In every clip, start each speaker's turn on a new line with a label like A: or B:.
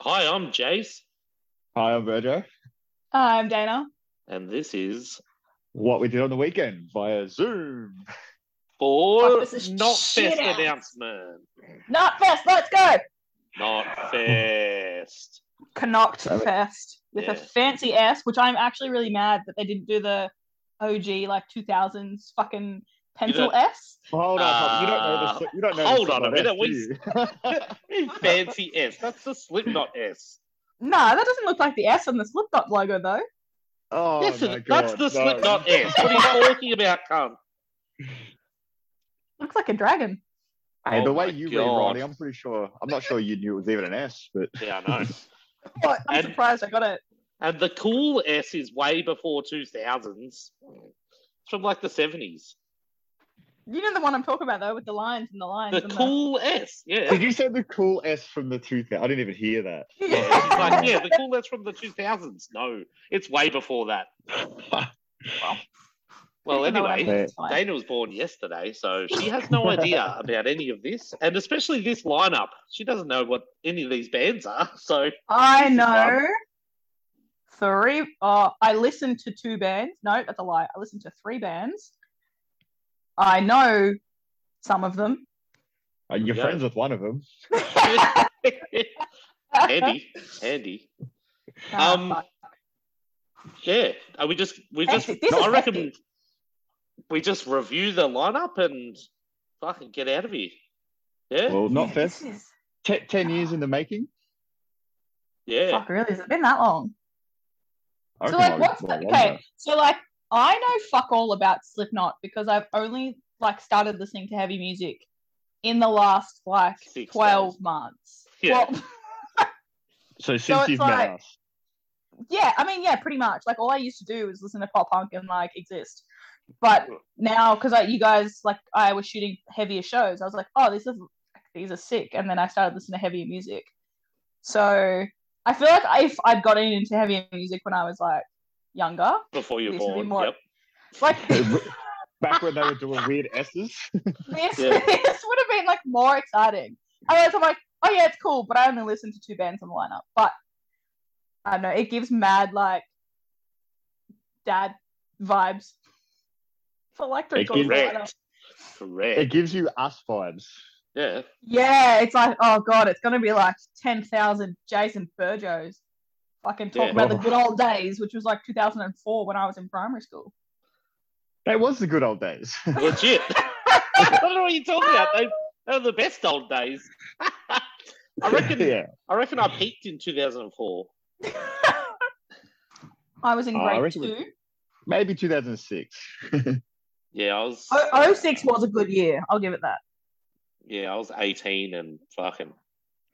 A: Hi, I'm Jace,
B: Hi, I'm Virgo.
C: I'm Dana.
A: and this is
B: What we did on the weekend via Zoom.
A: for
C: Fuck, this is
A: Not Fest
C: shit ass.
A: announcement.
C: Not fest, let's go.
A: Not Fest.
C: Connacht
B: Damn it.
C: fest with
A: Yeah.
C: a fancy S, which I'm actually really mad that they didn't do the OG like 2000s fucking pencil S.
B: Hold on, Tom, you don't know this. You don't know.
A: Uh, hold
B: this
A: on a
B: about
A: minute,
B: us,
A: we-
B: do you?
A: Fancy S. That's the Slipknot S.
C: No, that doesn't look like the S on the Slipknot logo though.
B: oh
A: yes,
B: my god,
A: that's the
B: no.
A: Slipknot S. What are you talking about, cunt?
C: Looks like a dragon.
B: Hey,
A: Oh
B: the way
A: my
B: you
A: God.
B: read Roddy, I'm pretty sure. I'm not sure you knew it was even an S, but
A: Yeah, I know.
C: What? I'm
A: And-
C: surprised I got it.
A: And the cool S is way before 2000s. It's from like the 70s.
C: You know the one I'm talking about though, with the lines and the lines.
A: The
C: and
A: cool S. Yeah.
B: did you say the cool S from the 2000? I didn't even hear that.
A: Yeah, it's like, yeah, the cool that's from the 2000s. No, it's way before that. Well,
C: Even though
A: anyway,
C: I'm- it's fine.
A: Dana was born yesterday, so she has no idea about any of this, and especially this lineup. She doesn't know what any of these bands are. So,
C: I
A: This is
C: know three. Oh, I listened to two bands. No, that's a lie. I listened to three bands. I know some of them.
B: Uh, You're
A: Yeah.
B: friends with one of them.
A: handy, handy.
C: Ah,
A: Um,
C: fuck.
A: Yeah, are we just we just?
C: Hectic. This
A: I
C: is
A: reckon
C: hectic.
A: we just review the lineup and fucking get out of here. Yeah,
B: Well, not
C: Yeah,
B: fair.
C: this is-
B: Te- ten years in the making.
A: yeah.
C: Fuck, really? Has it been that long?
B: I
C: so
B: reckon
C: like
B: I
C: what's
B: was
C: the,
B: longer.
C: okay so like i know fuck all about slipknot because i've only like started listening to heavy music in the last like
A: Six
C: 12
A: days.
C: months
A: Yeah.
C: well
B: So since
C: it's
B: you've
C: like-
B: met us,
C: yeah i mean yeah pretty much like all i used to do was listen to pop punk and like exist but now because like you guys like i was shooting heavier shows i was like oh this is these are sick and then i started listening to heavier music so i feel like if i'd gotten into heavier music when i was like younger
A: Before you're
C: This would be
A: born.
C: more-
A: Yep.
C: like
B: back when they were doing weird S's.
C: this,
A: Yeah.
C: this would have been like more exciting. Otherwise, I'm like, oh yeah, it's cool, but I only listen to two bands on the lineup. But I don't know, it gives mad like dad vibes for like three
B: It
C: quarters of the lineup.
A: Correct. Correct.
B: it gives you us vibes.
A: Yeah.
C: Yeah, it's like, oh god, it's gonna be like ten thousand Jason Burjos. Fucking talk
A: Yeah.
C: about the good old days, which was like 2004 when I was in primary school.
B: That was the good old days.
A: Legit. I don't know what you're talking about. They, they were the best old days. I reckon.
B: yeah.
A: I reckon I peaked in 2004.
C: I was in
B: Oh, I
C: grade
B: reckon we-
C: two.
B: Maybe 2006.
A: Yeah, I was.
C: Oh, 06 was a good year. I'll give it that.
A: Yeah, I was 18 and fucking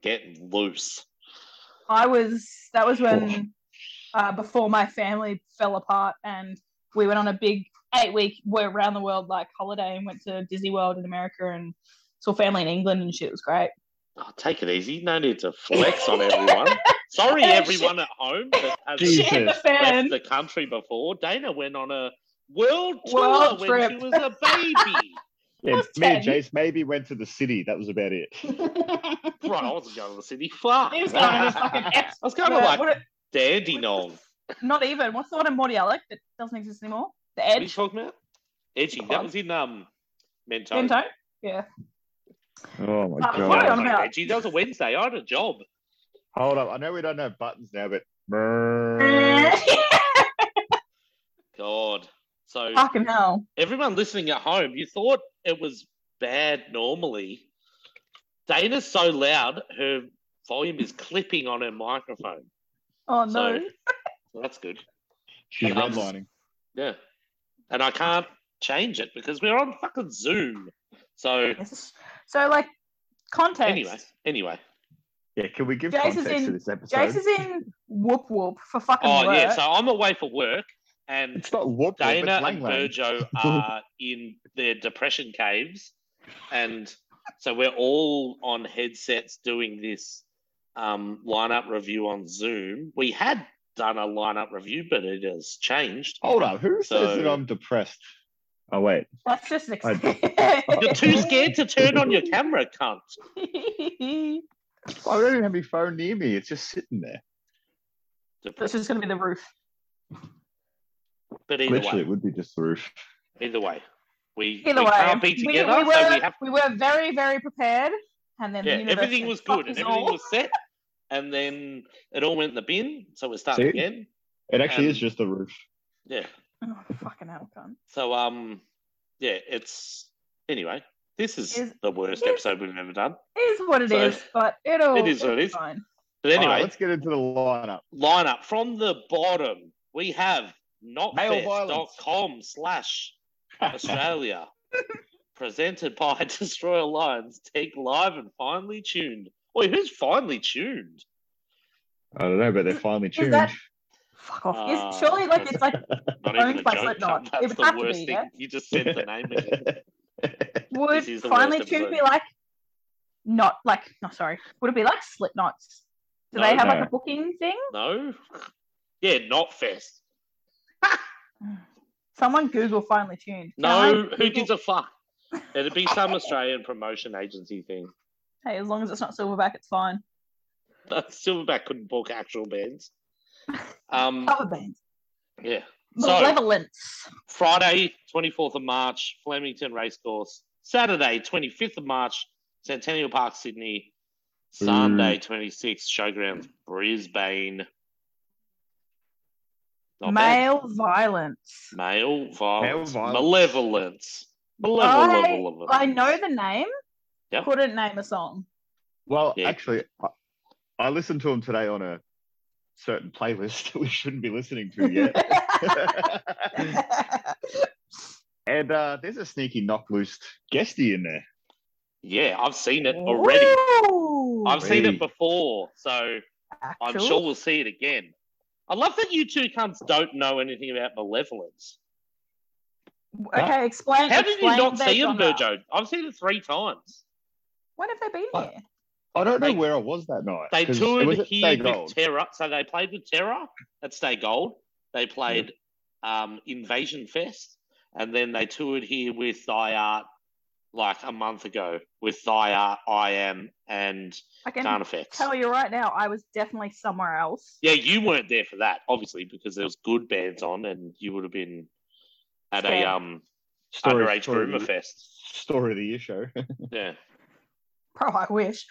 A: getting loose.
C: I was that was when uh, before my family fell apart and we went on a big eight week we're around the world like holiday and went to Disney World in America and saw family in England and shit It was great.
A: Oh, take it easy. No need to flex on everyone. Sorry,
C: Oh, shit.
A: everyone at home that
B: Jesus.
A: has
C: Shit in the
A: left
C: fan.
A: the country before. Dana went on a world tour
C: World
A: when
C: trip.
A: she was a baby.
B: Yeah,
C: was
B: me and
C: 10.
B: Jace maybe went to the city. That was about it.
A: right, I wasn't going to the city. Fuck.
C: He was going on his fucking
A: I
C: ex-
A: was going to
C: what-
A: like
C: what-
A: Dandenong.
C: not even what's the one in Mordialloc that doesn't exist anymore? The
A: What are you
C: Edge.
A: talking about? Edgy. That
C: Club.
A: was in um Mento.
C: Pinto? Yeah.
B: Oh my
C: Uh,
A: That
C: What are you
A: was
C: on
B: god.
A: like
C: about?
A: Edgy. That was a Wednesday. I had a job.
B: Hold up. I know we don't have buttons now, but
A: God. So
C: Fucking hell.
A: everyone listening at home, you thought it was bad normally. Dana's so loud, her volume is clipping on her microphone.
C: Oh no.
A: So that's good.
B: she's
A: Um,
B: redlining.
A: Yeah. And I can't change it because we're on fucking Zoom. So
C: This is- So like context.
A: anyway, anyway.
B: Yeah, can we give
C: Jace is
B: context to
C: in-
B: this episode?
C: Jace is in whoop whoop for fucking
A: Oh
C: work.
A: yeah, so I'm away for work and
B: it's not warp, it's
A: Dana and
B: lang lang.
A: Virgo are in their depression caves, and so we're all on headsets doing this um, lineup review on Zoom. We had done a lineup review, but it has changed.
B: Hold up. Who
A: So-
B: says that I'm depressed? Oh wait.
C: That's just an
B: I-
C: excuse.
A: You're too scared to turn on your camera, cunt.
B: I don't even have my phone near me. It's just sitting there.
C: This
A: Depressing.
C: is going to be the roof.
A: But either
B: Literally,
A: way,
B: it would be just the roof.
A: either way, we,
C: Either
A: we
C: way,
A: can't be
C: we-
A: together.
C: we, were,
A: so we have
C: we were very, very prepared. And then the
A: yeah,
C: universe
A: everything
C: said,
A: was
C: "Fuck
A: good.
C: us
A: Everything
C: all."
A: was set, and then it all went in the bin. So we're starting
B: See?
A: again.
B: It actually
A: Um,
B: is just the roof.
A: Yeah.
C: Oh, fucking hell, cunt.
A: So um, yeah, it's anyway. This is
C: Is-
A: the worst
C: is-
A: episode we've ever done.
C: It is what it
A: So-
C: is, but it'll.
A: It is what it
C: it's
A: is.
C: Fine.
A: But
B: All right,
A: anyway,
B: let's get into the lineup.
A: lineup from the bottom. We have
B: Male violence.
A: notfest.com slash Australia, presented by Destroyer Lions, Tech Live and Finely Tuned. Wait, who's finely tuned?
B: I don't know, but they're finally tuned.
C: that- Fuck off.
A: Ah.
C: is, surely, like, it's like,
A: Not
C: Owned
A: even a
C: by
A: joke.
C: Slipknot.
A: That's
C: It would
A: the
C: have to
A: worst
C: be,
A: thing.
C: yeah?
A: You just said the name again.
C: would
A: is the
C: finally
A: worst
C: tune be
A: episode.
C: like, not like, no, sorry. Would it be like Slipknots? Do
A: No,
C: they have
B: no.
C: like a booking thing?
A: No? Yeah, Notfest.
C: Someone Google finally tuned. Can I
A: No, who
C: Google-
A: gives a fuck? It'd be some Australian promotion agency thing.
C: Hey, as long as it's not Silverback, it's fine.
A: But Silverback couldn't book actual bands. Um,
C: Cover bands.
A: yeah. So-
C: Malevolence.
A: Friday, 24th of March, Flemington Racecourse. Saturday, 25th of March, Centennial Park, Sydney. Sunday, 26th, Showgrounds, Brisbane. Not bad.
C: Male violence.
A: Male violence.
B: violence.
A: Malevolence. Malevolence.
C: I, I know the name.
A: Yep.
C: Couldn't name a song.
B: Well,
A: Yeah.
B: actually, I, I listened to them today on a certain playlist that we shouldn't be listening to yet. and uh, there's a sneaky knock loose guesty in there.
A: Yeah, I've seen it already.
C: Ooh,
A: I've seen
B: Already.
A: it before, so I'm
C: actual.
A: sure we'll see it again. I love that you two cunts don't know anything about malevolence.
C: Okay, explain.
A: How did you
C: explain
A: not
C: their
A: see it,
C: genre.
A: Virgo? I've seen it three times.
C: When have they been
B: What?
C: here?
B: I don't know
A: They-
B: where I was that night.
A: They
B: 'cause
A: toured
B: it was at
A: here
B: Stay
A: with
B: Gold.
A: Terror. So they played with Terror at Stay Gold. They played um, Invasion Fest. And then they toured here with Thy Art like a month ago with Thy Art, I Am, and
C: I can
A: Carnifex.
C: tell you right now, I was definitely somewhere else.
A: Yeah, you weren't there for that, obviously, because there was good bands on and you would have been at a
C: Fair.
A: um
B: Story-
A: underage
B: story-
A: rumor fest.
B: Story of the year show.
A: Yeah.
C: Bro, I wish.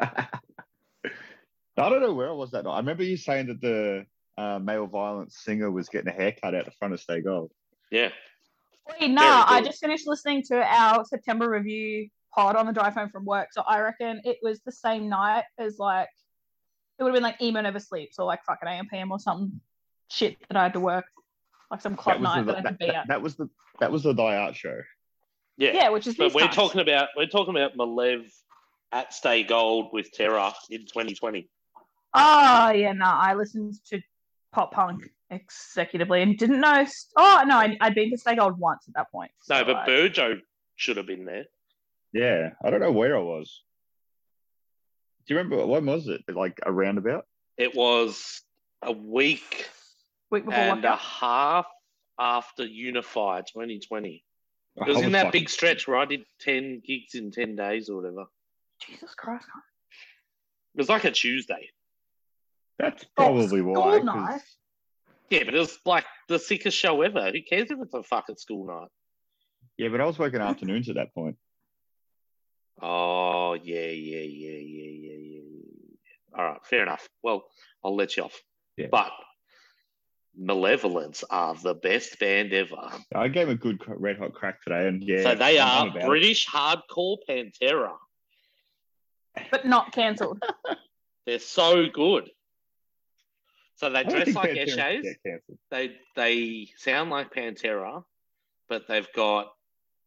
B: I don't know where I was that night. I remember you saying that the uh, male violence singer was getting a haircut out the front of Stay Gold.
A: Yeah.
C: Wait, no, I
A: good.
C: just finished listening to our September review pod on the drive home from work. So I reckon it was the same night as like it would have been like emo never sleeps or like fucking AMPM or something shit that I had to work. Like some club
B: was
C: night
B: the,
C: that I had to be
B: that-
C: at.
B: that was the that was the die art show.
A: Yeah.
C: Yeah, which is
A: But
C: these
A: we're
C: times.
A: talking about we're talking about Malev at Stay Gold with Terra in 2020.
C: Oh yeah, no, I listened to pop punk executively and didn't know s- oh no, I had been to Stay Gold once at that point.
A: No,
C: So,
A: but
C: like,
A: Burjo should have been there.
B: Yeah, I don't know where I was. Do you remember when was it? Like a roundabout?
A: It was a week
C: week before
A: and uh, a
C: lockdown.
A: half after Unify 2020. It was
B: I
A: in that
B: fucking-
A: big stretch where I did 10 gigs in 10 days or whatever.
C: Jesus Christ.
A: It was like a Tuesday.
B: That's probably
C: school
B: why. 'cause
C: night.
A: Yeah, but it was like the sickest show ever. Who cares if it's a fucking school night?
B: Yeah, but I was working afternoons at that point.
A: Oh yeah, yeah, yeah, yeah, yeah, yeah. yeah. All right, fair enough. Well, I'll let you off.
B: Yeah.
A: But Malevolence are the best band ever.
B: I gave a good cr- red hot crack today, and yeah,
A: so they
B: I'm
A: are
B: about it.
A: British hardcore Pantera.
C: But not cancelled.
A: They're so good. So they
B: I don't
A: dress
B: think
A: like
B: Pantera should
A: Eshays.
B: get cancelled.
A: They they sound like Pantera, but they've got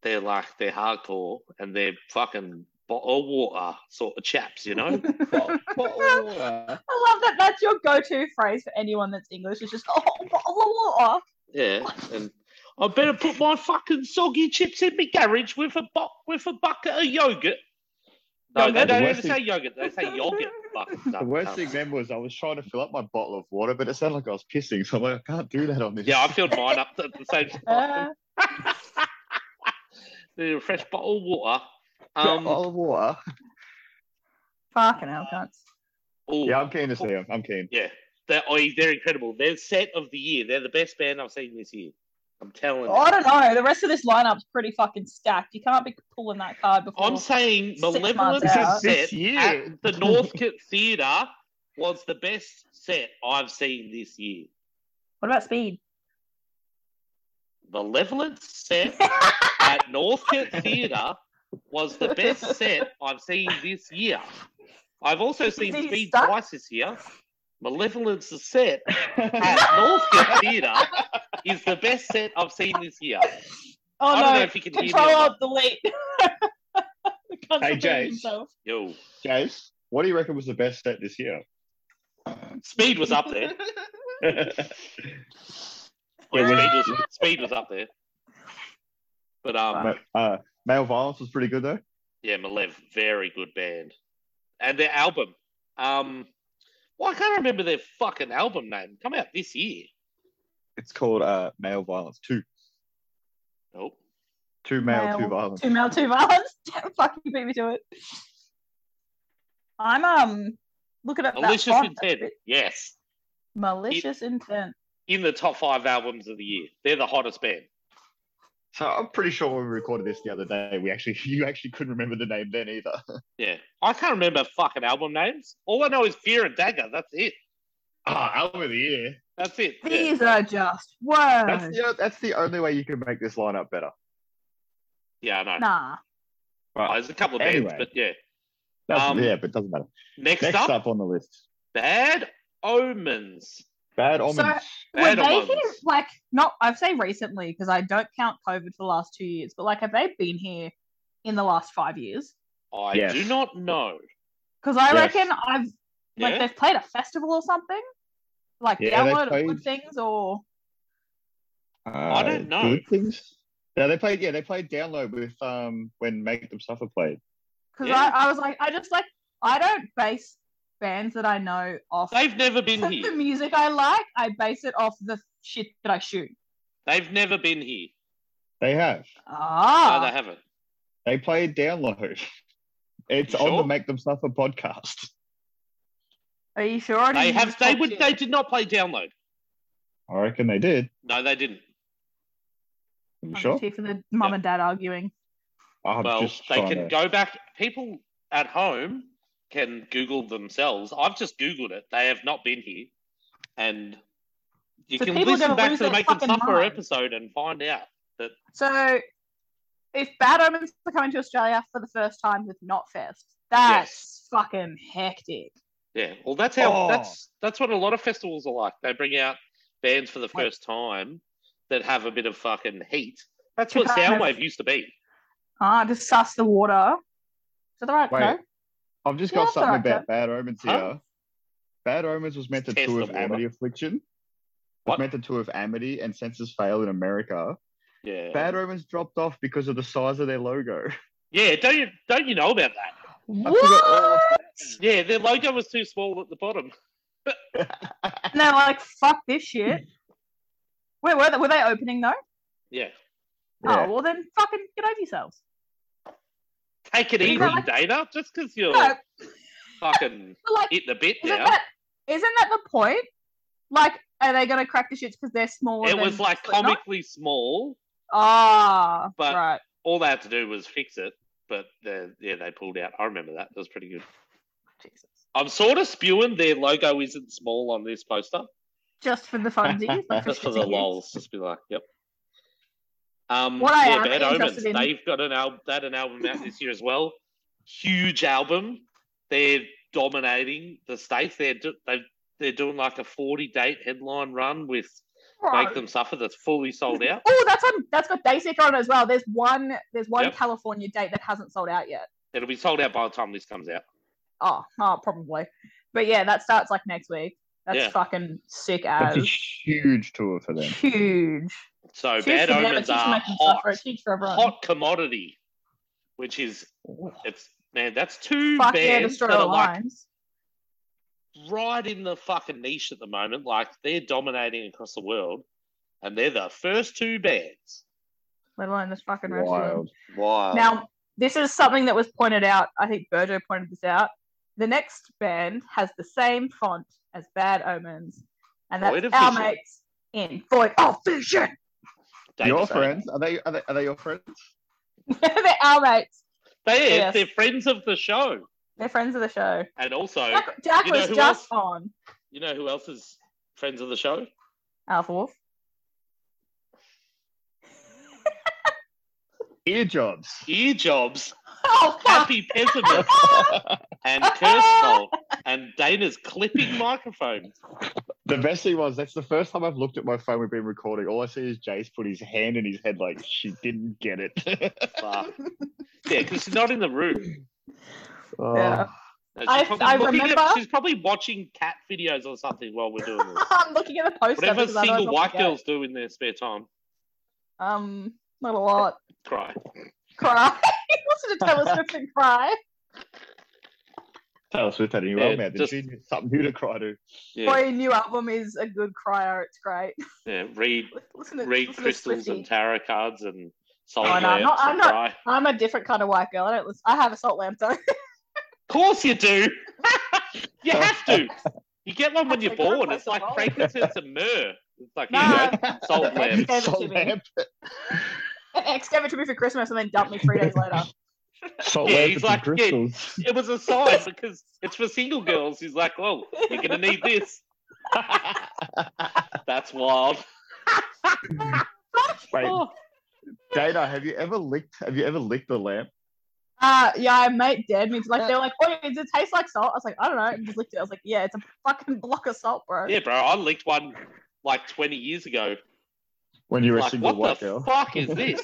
A: they're like they're hardcore and they're fucking bottle water sort of chaps, you know.
B: Well, well, uh,
C: I love that. That's your go-to phrase for anyone that's English. It's just oh, bottle of water.
A: Yeah, and I better put my fucking soggy chips in my garage with a bo- with a bucket of yogurt. No,
B: Yogurt.
A: they don't
B: The
A: ever
B: worst
A: say yogurt; they say yogurt. Fucking
B: The worst thing then was I was trying to fill up my bottle of water, but it sounded like I was pissing, so I'm like, I can't do that on this.
A: Yeah, I filled mine up at the same
C: Uh,
A: time. Need a fresh bottle of water.
B: bottle
A: Um,
B: of water.
C: Fucking hell, cunts.
A: Ooh,
B: Yeah, I'm keen to see them. I'm keen.
A: oh, yeah. They're, oh, they're incredible. They're set of the year. They're the best band I've seen this year. I'm telling
C: Oh, I
A: you.
C: don't know. The rest of this lineup's pretty fucking stacked. You can't be pulling that card before.
A: I'm saying
C: Oh, Six
A: Malevolent
C: months out.
A: set
B: This year.
A: at the Northcote Theatre was the best set I've seen this year.
C: what about speed?
A: Malevolent set at Northcote Theatre was the best set I've seen this year. I've also seen
C: Did he
A: Speed
C: stop?
A: twice this year. Malevolent's set at Northcote Theatre is the best set I've seen this year.
C: Oh
A: I don't
C: no!
A: know if you can hear me
C: Control
A: or
C: Alt
A: not.
C: Delete. The cunts
B: Hey,
C: are beating
B: James.
C: themselves.
A: Yo,
B: Jace, what do you reckon was the best set this year?
A: Speed was up there.
B: Yeah,
A: Speed,
B: we-
A: was, speed was up there. But um,
B: Ma- uh, male violence was pretty good though.
A: yeah, Malev, very good band, and their album. Um, well, I can't remember their fucking album name. Come out this year.
B: It's called uh, Male Violence Two.
A: Nope.
B: Two male, two
C: Male.
B: violence.
C: Two male, two violence. Damn, fuck you beat me to it. I'm um looking at
A: Malicious
C: that. font.
A: Intent. Yes.
C: Malicious intent.
A: In the top five albums of the year. They're the hottest band.
B: So I'm pretty sure when we recorded this the other day, we actually you actually couldn't remember the name then either.
A: Yeah. I can't remember fucking album names. All I know is Fear and Dagger. That's it.
B: Ah, album of the year.
A: That's it. Yeah.
C: These are just words.
B: That's the, that's the only way you can make this lineup better.
A: Yeah, I know.
C: Nah.
A: Oh, there's a couple of bands,
B: Anyway.
A: but yeah.
B: That's,
A: Um,
B: yeah, but it doesn't matter.
A: Next,
B: Next
A: up,
B: up, on the list,
A: Bad Omens.
B: Bad
C: So-
B: Omens.
C: Were
A: Bad
C: they
A: Omens.
C: here, like, not, I've say recently because I don't count COVID for the last two years, but like, have they been here in the last five years?
A: I
B: Yes.
A: do not know.
C: Because I
B: Yes.
C: reckon I've, like,
A: Yeah.
C: they've played a festival or something, like,
B: Yeah, they
C: download good
B: played-
C: things or.
A: I don't
B: Uh,
A: know.
B: Good things. Yeah, they played. Yeah, they played Download with um when Make Them Suffer played.
C: Because
A: Yeah.
C: I, I was like, I just like, I don't base bands that I know off
A: They've never been
C: the
A: here.
C: music I like. I base it off the shit that I shoot.
A: They've never been here.
B: They have.
A: No,
C: Ah,
A: Oh, they haven't.
B: They played Download. It's
A: You
B: on
A: sure?
B: the Make Them Suffer podcast.
C: are you sure? Or did
A: They
C: you
A: have.
C: just
A: They
C: talk
A: would.
C: shit?
A: They did not play Download.
B: I reckon they did.
A: No, they didn't.
B: Are you
C: I'm
B: sure?
C: just here for the mum
A: Yeah.
C: and dad arguing.
B: I'm
A: well,
B: just
A: they
B: trying
A: can
B: to-
A: go back. People at home can Google themselves. I've just Googled it. They have not been here, and you
C: So
A: can
C: people are
A: listen
C: gonna
A: back
C: lose
A: to the
C: their
A: Make Them
C: fucking
A: Suffer
C: mind.
A: episode and find out.
C: So, if Bad Omens are coming to Australia for the first time with Not Fest, that's fucking hectic.
A: Yeah. Well, that's how.
B: Oh.
A: That's that's what a lot of festivals are like. They bring out bands for the first time that have a bit of fucking heat. That's what
C: Chicano.
A: Soundwave used to be.
C: Ah, just suss the water. Is that the right?
B: Wait.
C: No?
B: I've just
C: Yeah,
B: got
C: that's
B: something
C: alright,
B: about Bad Omens here.
A: Huh?
B: Bad Omens was meant to
A: Test
B: tour
A: the
B: of
A: water.
B: Amity Affliction.
A: What?
B: Was meant to tour of Amity and Census Fail in America.
A: Yeah.
B: Bad Omens dropped off because of the size of their logo.
A: Yeah. Don't you don't you know about that?
B: I forgot all
C: What?
B: of
A: Yeah. Their logo was too small at the bottom.
C: And they're like, fuck this shit. Where were they? Were they opening though?
A: Yeah.
B: Yeah.
C: Oh, well then fucking get over yourselves.
A: Take it
C: Isn't
A: easy,
C: that like-
A: Dana. Just because you're
C: No,
A: fucking
C: but like,
A: hit the bit
C: isn't
A: now.
C: that isn't that the point? Like, are they gonna crack the shits because they're smaller?
A: It
C: than
A: was like
C: Slipknot?
A: comically small.
C: Ah,
A: but-
C: right.
A: All they had to do was fix it, but the, yeah, they pulled out. I remember that. That was pretty good.
C: Jesus.
A: I'm sort of spewing their logo isn't small on this poster,
C: Just for the funsies, like
A: just for
C: shits
A: the
C: and gigs.
A: lols. Just be like, yep. Um,
C: What I
A: yeah,
C: am
A: Bad Omens.
C: interested in-
A: They've got an album. That an album out this year as well. Huge album. They're dominating the states. They're do- they've, they're doing like a 40 date headline run with Make Them Suffer that's fully sold out.
C: Oh, that's on. That's got Dayseeker on it as well. There's one. There's one
A: Yep.
C: California date that hasn't sold out yet.
A: It'll be sold out by the time this comes out.
C: Oh, oh, probably. But yeah, that starts like next week. That's
A: Yeah.
C: fucking sick
B: That's a
C: as
B: huge tour for them.
C: huge.
A: So
C: Huge
A: bad
C: for them,
A: omens
C: it's huge for
A: are
C: making stuff,
A: hot,
C: right? It's huge for everyone.
A: hot commodity, which is it's man, that's two
C: Fuck yeah,
A: bands
C: destroy
A: that are
C: all
A: like
C: lines.
A: right in the fucking niche at the moment. Like they're dominating across the world, and they're the first two bands.
C: Let alone this fucking rest of them.
B: Wild.
A: Wow.
C: Now, this is something that was pointed out. I think Burjo pointed this out. the next band has the same font as Bad Omens, and
A: Void
C: that's
A: of
C: our
A: Vision.
C: mates in Void of Vision.
A: David Bowie.
B: your friends? Are they, are they are they your friends?
C: They're our mates.
A: They,
C: Yes.
A: They're friends of the show.
C: They're friends of the show.
A: And also,
C: Jack, Jack
A: You know
C: was
A: who
C: just
A: else?
C: on
A: you know who else is friends of the show?
C: Alpha Wolf.
B: Ear jobs.
A: Ear Jobs,
C: Oh, fuck.
A: Happy Pessimist, and Curse Cult, and Dana's clipping microphone.
B: The best thing was that's the first time I've looked at my phone. We've been recording. All I see is Jace put his hand in his head like she didn't get it.
A: Fuck. Yeah, because she's not in the room.
B: Oh.
C: Yeah.
A: She's
C: I-
A: probably
C: I
A: looking at-
C: remember-
A: she's probably watching cat videos or something while we're doing this.
C: I'm looking at the poster.
A: Whatever
C: because I
A: single
C: don't
A: white
C: forget.
A: girls do in their spare time,
C: Um, not a lot.
A: cry.
C: Cry. Listen to Taylor Swift and cry.
B: Taylor Swift had a new album
A: Yeah,
B: out. Did
A: just-
B: she something new to cry to?
A: Yeah,
C: Boy, new album is a good crier. It's great.
A: yeah. Read,
C: Listen to
A: read
C: listen to
A: crystals and
C: Swiftie.
A: tarot cards and soul
C: Oh, no,
A: lamps
C: I'm not- I'm
A: and
C: not-
A: cry.
C: I'm a different kind of white girl. I don't. Listen, I have a salt lamp though.
A: Of course you do. you have to. You get one when
C: That's
A: you're
C: a good
A: bored. It's like
C: replaceable.
A: frankincense
C: oh,
A: and myrrh. It's like you
C: Nah.
A: know, Ah, salt lamp.
C: Gave it
B: Salt
C: to me.
B: lamp.
C: An ex gave it to me for Christmas and then dumped me three days later.
B: Salt
A: Yeah,
B: lamp
A: he's
B: with
A: like,
B: some
A: yeah.
B: crystals.
A: It was a sign because it's for single girls. He's like, well, you're gonna need this. That's wild.
B: Wait,
A: Oh,
B: Dana, have you ever licked? Have you ever licked the lamp?
C: Uh, yeah, my mate dead means like they were like, oh, does it taste like salt? I was like, I don't know. And just licked it. I was like, yeah, it's a fucking block of salt, bro.
A: Oh, yeah, bro. I licked one like 20 years ago.
B: When you were a
A: Like,
B: single
A: what
B: white
A: the
B: girl.
A: fuck is this?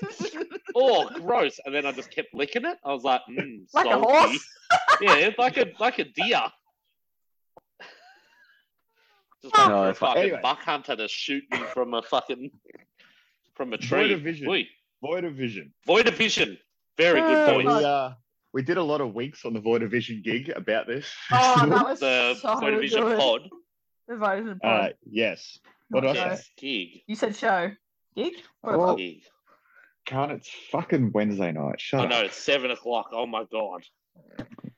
A: oh, gross! And then I just kept licking it. I was like, mm,
C: Like a
A: salty.
C: horse?
A: yeah, it's like a like a deer. Just
B: No,
A: like a
B: that's fine.
A: fucking
B: Anyway.
A: buck hunter to shoot me from a fucking from a
B: Void
A: tree.
B: of vision.
A: Oi,
B: Void of vision.
A: void of vision. Very
C: Oh,
A: good
B: So we,
A: point.
C: God.
B: uh, we did a lot of weeks on the Void of Vision gig about this.
C: Oh, that was
A: The
C: so
A: void of vision
C: good.
A: pod.
C: The Vodafone pod.
B: uh, yes. What
C: Not
B: did
C: show.
B: I
A: Oh. Yes, gig.
C: You said show. Gig? What a
B: Oh,
C: pod.
A: Gig.
B: Can't. It's fucking Wednesday night. Shut
A: I
B: up.
A: know it's seven o'clock. Oh my god,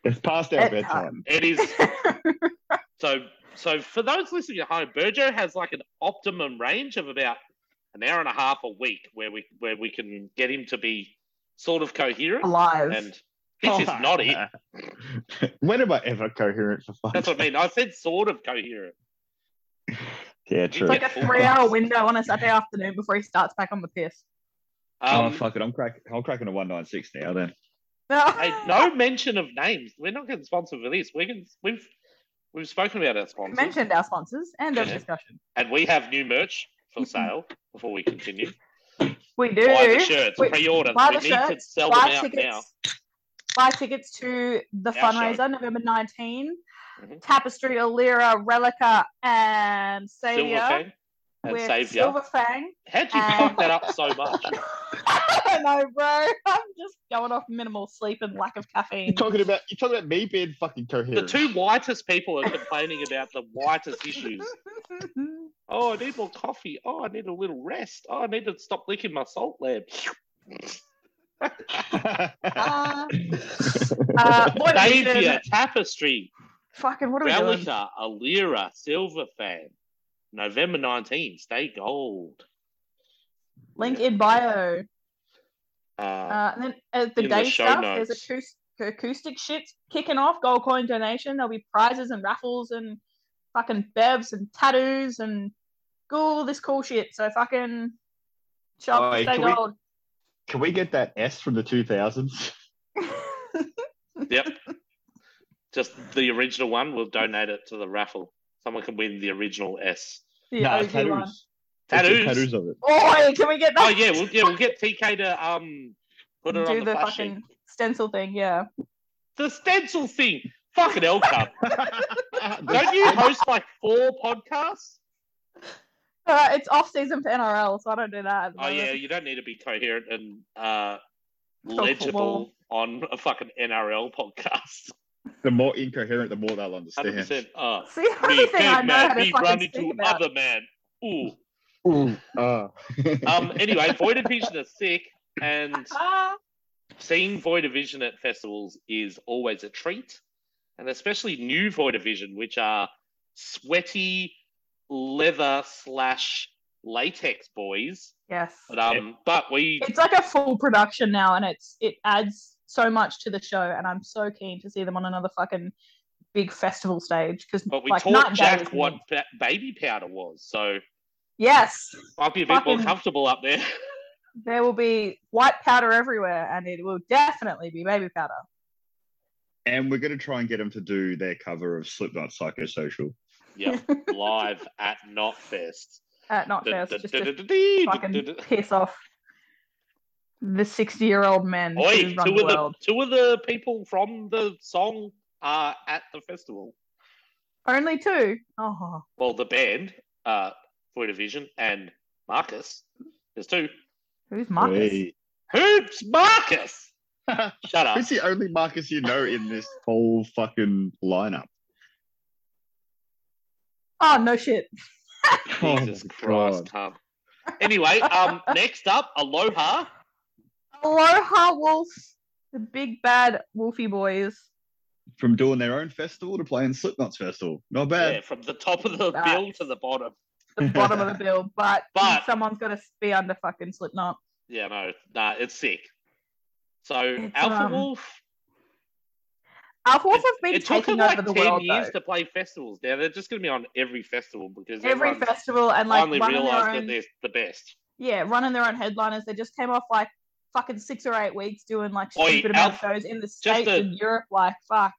B: It's past our bedtime.
C: Bedtime.
A: it is So, so for those listening at home, Burjo has like an optimum range of about an hour and a half a week, where we where we can get him to be sort of coherent.
C: Alive.
A: And this
B: Oh,
A: is not it.
B: when am I ever coherent for fun?
A: That's what I mean. I said sort of coherent.
B: Yeah,
A: He's
B: true.
A: like
C: like a three hour window on a Saturday afternoon before he starts back on the piss.
B: oh
A: Um,
B: fuck it! I'm cracking. I'm cracking a one nine six now. Then
A: hey, no mention of names. We're not getting sponsored for this. We can we've we've spoken about our
C: We
A: sponsors,
C: mentioned our sponsors and of
A: Yeah.
C: discussion.
A: and we have new merch for sale. Before we continue,
C: We do.
A: buy the shirts,
C: Wait,
A: pre-order.
C: buy
A: we
C: the
A: need to
C: shirts,
A: sell them
C: buy
A: out
C: tickets.
A: now.
C: Buy tickets to the
A: Our show.
C: fundraiser November 19.
A: Mhm.
C: Tapestry, Alira, Relica, and
A: Silver
C: Savior.
A: Fang and
C: with
A: Savior.
C: Silver Fang.
A: How'd you
C: And-
A: fuck that up so much?
C: I don't know, bro. I'm just going off minimal sleep and lack of
B: you're
C: caffeine.
B: talking about you're talking about me being fucking
A: The
B: coherent.
A: two whitest people are complaining about the whitest issues. Oh, I need more coffee. Oh, I need a little rest. Oh, I need to stop licking my salt lamp.
C: uh, uh, what is it?
A: Savior, Tapestry,
C: Fucking what are we doing?
A: Relica, Alira, Silver Fan. November 19th, stay gold.
C: Link in bio.
A: Uh,
C: Uh, and then uh, the
A: In the
C: day
A: show
C: stuff.
A: notes.
C: There's acoustic, acoustic shit kicking off. Gold coin donation. There'll be prizes and raffles and fucking bevs and tattoos and all this cool shit. So fucking shop,
B: Oi,
C: stay
B: can we-
C: gold.
B: Can we get that S from the two thousands?
A: yep. Just the original one. We'll donate it to the raffle. Someone can win the original S.
C: The OG one.
A: Tattoos.
B: tattoos of it.
C: Oi, can we get that?
A: Oh, yeah. We'll, yeah, we'll get TK to um, put it
C: do
A: on the,
C: the
A: flash sheet.
C: fucking stencil thing. Yeah.
A: The stencil thing. Fucking hell, Cup. Don't you host like four podcasts?
C: Uh, it's off season for NRL, so I don't do that. at the
A: Oh yeah,
C: moment.
A: you don't need to be coherent and uh,
C: Talk
A: legible on a fucking NRL podcast.
B: The more incoherent, the more they'll
A: Hundred percent.
B: understand.
A: Uh,
C: See, the only
A: me,
C: thing I
A: big
C: know how
A: man,
C: to
A: me run
C: fucking
A: into
C: speak about.
A: other man. Ooh.
B: Ooh, ah.
A: Um. Anyway, Void of Vision is sick, and
C: Ah,
A: seeing Void of Vision at festivals is always a treat. and especially new Void Division, which are sweaty leather slash latex boys.
C: Yes.
A: But um, but we
C: It's like a full production now, and it's it adds so much to the show, and I'm so keen to see them on another fucking big festival stage because
A: but we
C: like
A: taught
C: Night Day
A: Jack
C: is-
A: what ba- baby powder was, so
C: Yes,
A: might be a bit more
C: Fucking-
A: comfortable up there.
C: there will be white powder everywhere, and it will definitely be baby powder.
B: And we're going to try and get them to do their cover of Slipknot Psychosocial.
A: yeah, live at Knotfest.
C: At not
A: Du-
C: first,
A: du-
C: just
A: du-
C: to
A: du- du-
C: fucking
A: du- du-
C: piss off the sixty-year-old men
A: Oi,
C: who
A: two
C: run
A: of
C: the
A: the
C: world.
A: two of the people from the song are at the festival.
C: Only two. Oh,
A: Well, the band, uh, Void Division and Marcus. There's two.
C: who's Marcus?
B: Hey.
A: Who's Marcus? Shut up.
B: Who's the only Marcus you know in this whole fucking lineup?
C: Oh no, shit.
A: Jesus
B: Oh my
A: Christ, huh? Anyway, um, next up, Aloha.
C: Aloha Wolf, the big bad Wolfie boys.
B: From doing their own festival to playing Slipknot's festival. Not
A: Yeah,
B: bad.
A: from the top of the
C: Nice.
A: bill to the bottom.
C: the bottom of the bill, but,
A: But-
C: someone's got to be under fucking Slipknot.
A: Yeah, no, nah, it's sick. So
C: It's,
A: Alpha
C: um,
A: Wolf.
C: Alpha Wolf
A: it-
C: have been
A: it took
C: taking
A: them
C: over
A: like
C: the
A: ten
C: world
A: years
C: though.
A: to play festivals. Now they're just going to be on every festival because
C: Every
A: everyone's
C: festival and like
A: finally
C: running their
A: realised that
C: own,
A: they're the best.
C: yeah, running their own headliners. They just came off like fucking six or eight weeks doing like
A: Oi,
C: stupid amount of
A: Alpha-
C: shows in the states
A: a-
C: and Europe. Like fuck,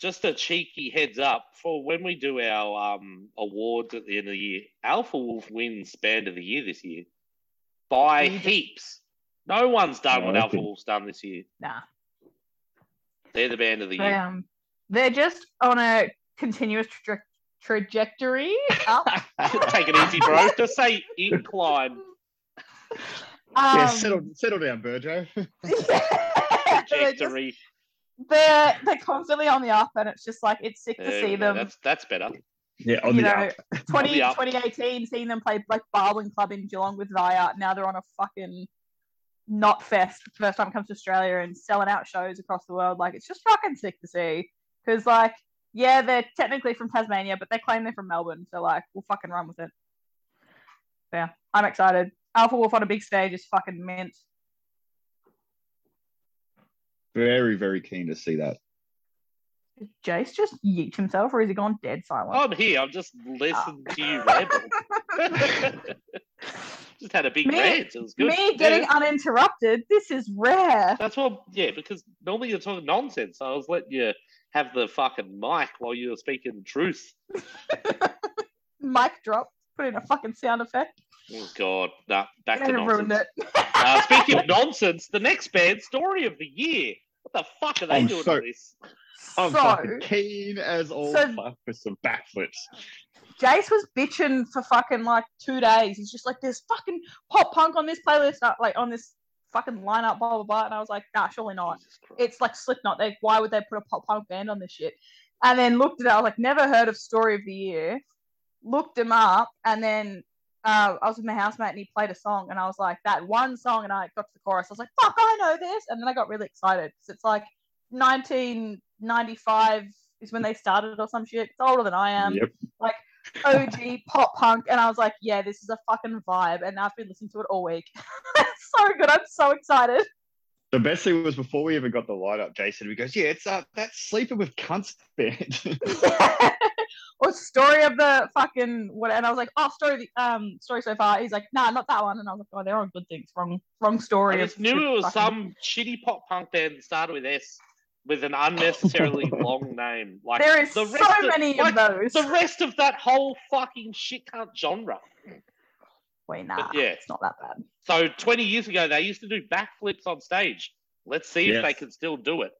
A: Just a cheeky heads up for when we do our um, awards at the end of the year. Alpha Wolf wins Band of the Year this year by
C: You just-
A: heaps. No one's done what
B: I
A: Alpha
B: reckon.
A: Wolf's done this year.
C: nah.
A: They're the band of the
C: They,
A: year.
C: um, they're just on a continuous tra- trajectory up.
A: Take it easy, bro. Just say incline.
B: yeah,
C: Um,
B: settle, settle down, Burjo.
C: yeah, they're, just-
A: Trajectory.
C: they're they're constantly on the up, and it's just like it's sick to
A: There
C: see
A: we go.
C: them.
A: uh, That's that's better.
B: yeah, on
C: you
B: the
C: know,
B: up.
C: 20,
A: up.
C: 2018, seeing them play like Barwon Club in Geelong with Zyart. Now they're on a fucking not fest. First time it comes to Australia and selling out shows across the world. Like it's just fucking sick to see. Because like, yeah, they're technically from Tasmania, but they claim they're from Melbourne. So like, we'll fucking run with it. Yeah, I'm excited. Alpha Wolf on a big stage is fucking mint.
B: Very, very keen to see that.
C: Did Jace just yeet himself, or is he gone dead silent?
A: I'm here. I'm just listening to you ramble. just had a big
C: Me-
A: rant. It was good.
C: Me getting
A: Yeah.
C: uninterrupted. This is rare.
A: That's what. Yeah, because normally you're talking nonsense. I was letting you have the fucking mic while you were speaking truth.
C: Mic drop. Put in a fucking sound effect.
A: Oh God, nah, back to
C: They've ruined
A: nonsense.
C: it.
A: Uh, speaking of nonsense, the next band story of the year. What the fuck are they
B: I'm
A: doing
B: Oh, so-
A: on this?
B: I'm
C: so
B: fucking keen as all
C: so-
B: fuck for some backflips.
C: Jace was bitching for fucking like two days. He's just like, "There's fucking pop punk on this playlist, uh, like on this fucking lineup, blah blah blah." And I was like, "Nah, surely not.
A: Jesus Christ.
C: Oh, It's like Slipknot. Like, why would they put a pop punk band on this shit?" And then looked it up. I was like, "Never heard of Story of the Year." Looked him up, and then uh, I was with my housemate, and he played a song, and I was like, "That one song," and I got to the chorus. I was like, "Fuck, I know this!" And then I got really excited because it's like 1995 is when they started or some shit. It's older than I am.
B: yep.
C: OG pop punk, and I was like, yeah, this is a fucking vibe, and I've been listening to it all week. it's so good. I'm so excited.
B: The best thing was before we even got the light up, Jason, he goes, Yeah, it's uh, that sleeping with cunts band.
C: or story of the fucking what? And I was like, oh, story, of the- um, story so far. He's like, nah, not that one. And I was like, oh, they're on good things. Wrong, wrong
A: I
C: story.
A: just
C: of
A: knew it was some
C: fucking-
A: shitty pop punk band that started with S with an unnecessarily long name. Like
C: There is
A: the
C: so
A: rest of,
C: many
A: like,
C: of those.
A: the rest of that whole fucking shit cunt genre.
C: Wait, nah,
A: but yeah.
C: it's not that bad.
A: So 20 years ago, they used to do backflips on stage. Let's see if
B: Yes.
A: they can still do it.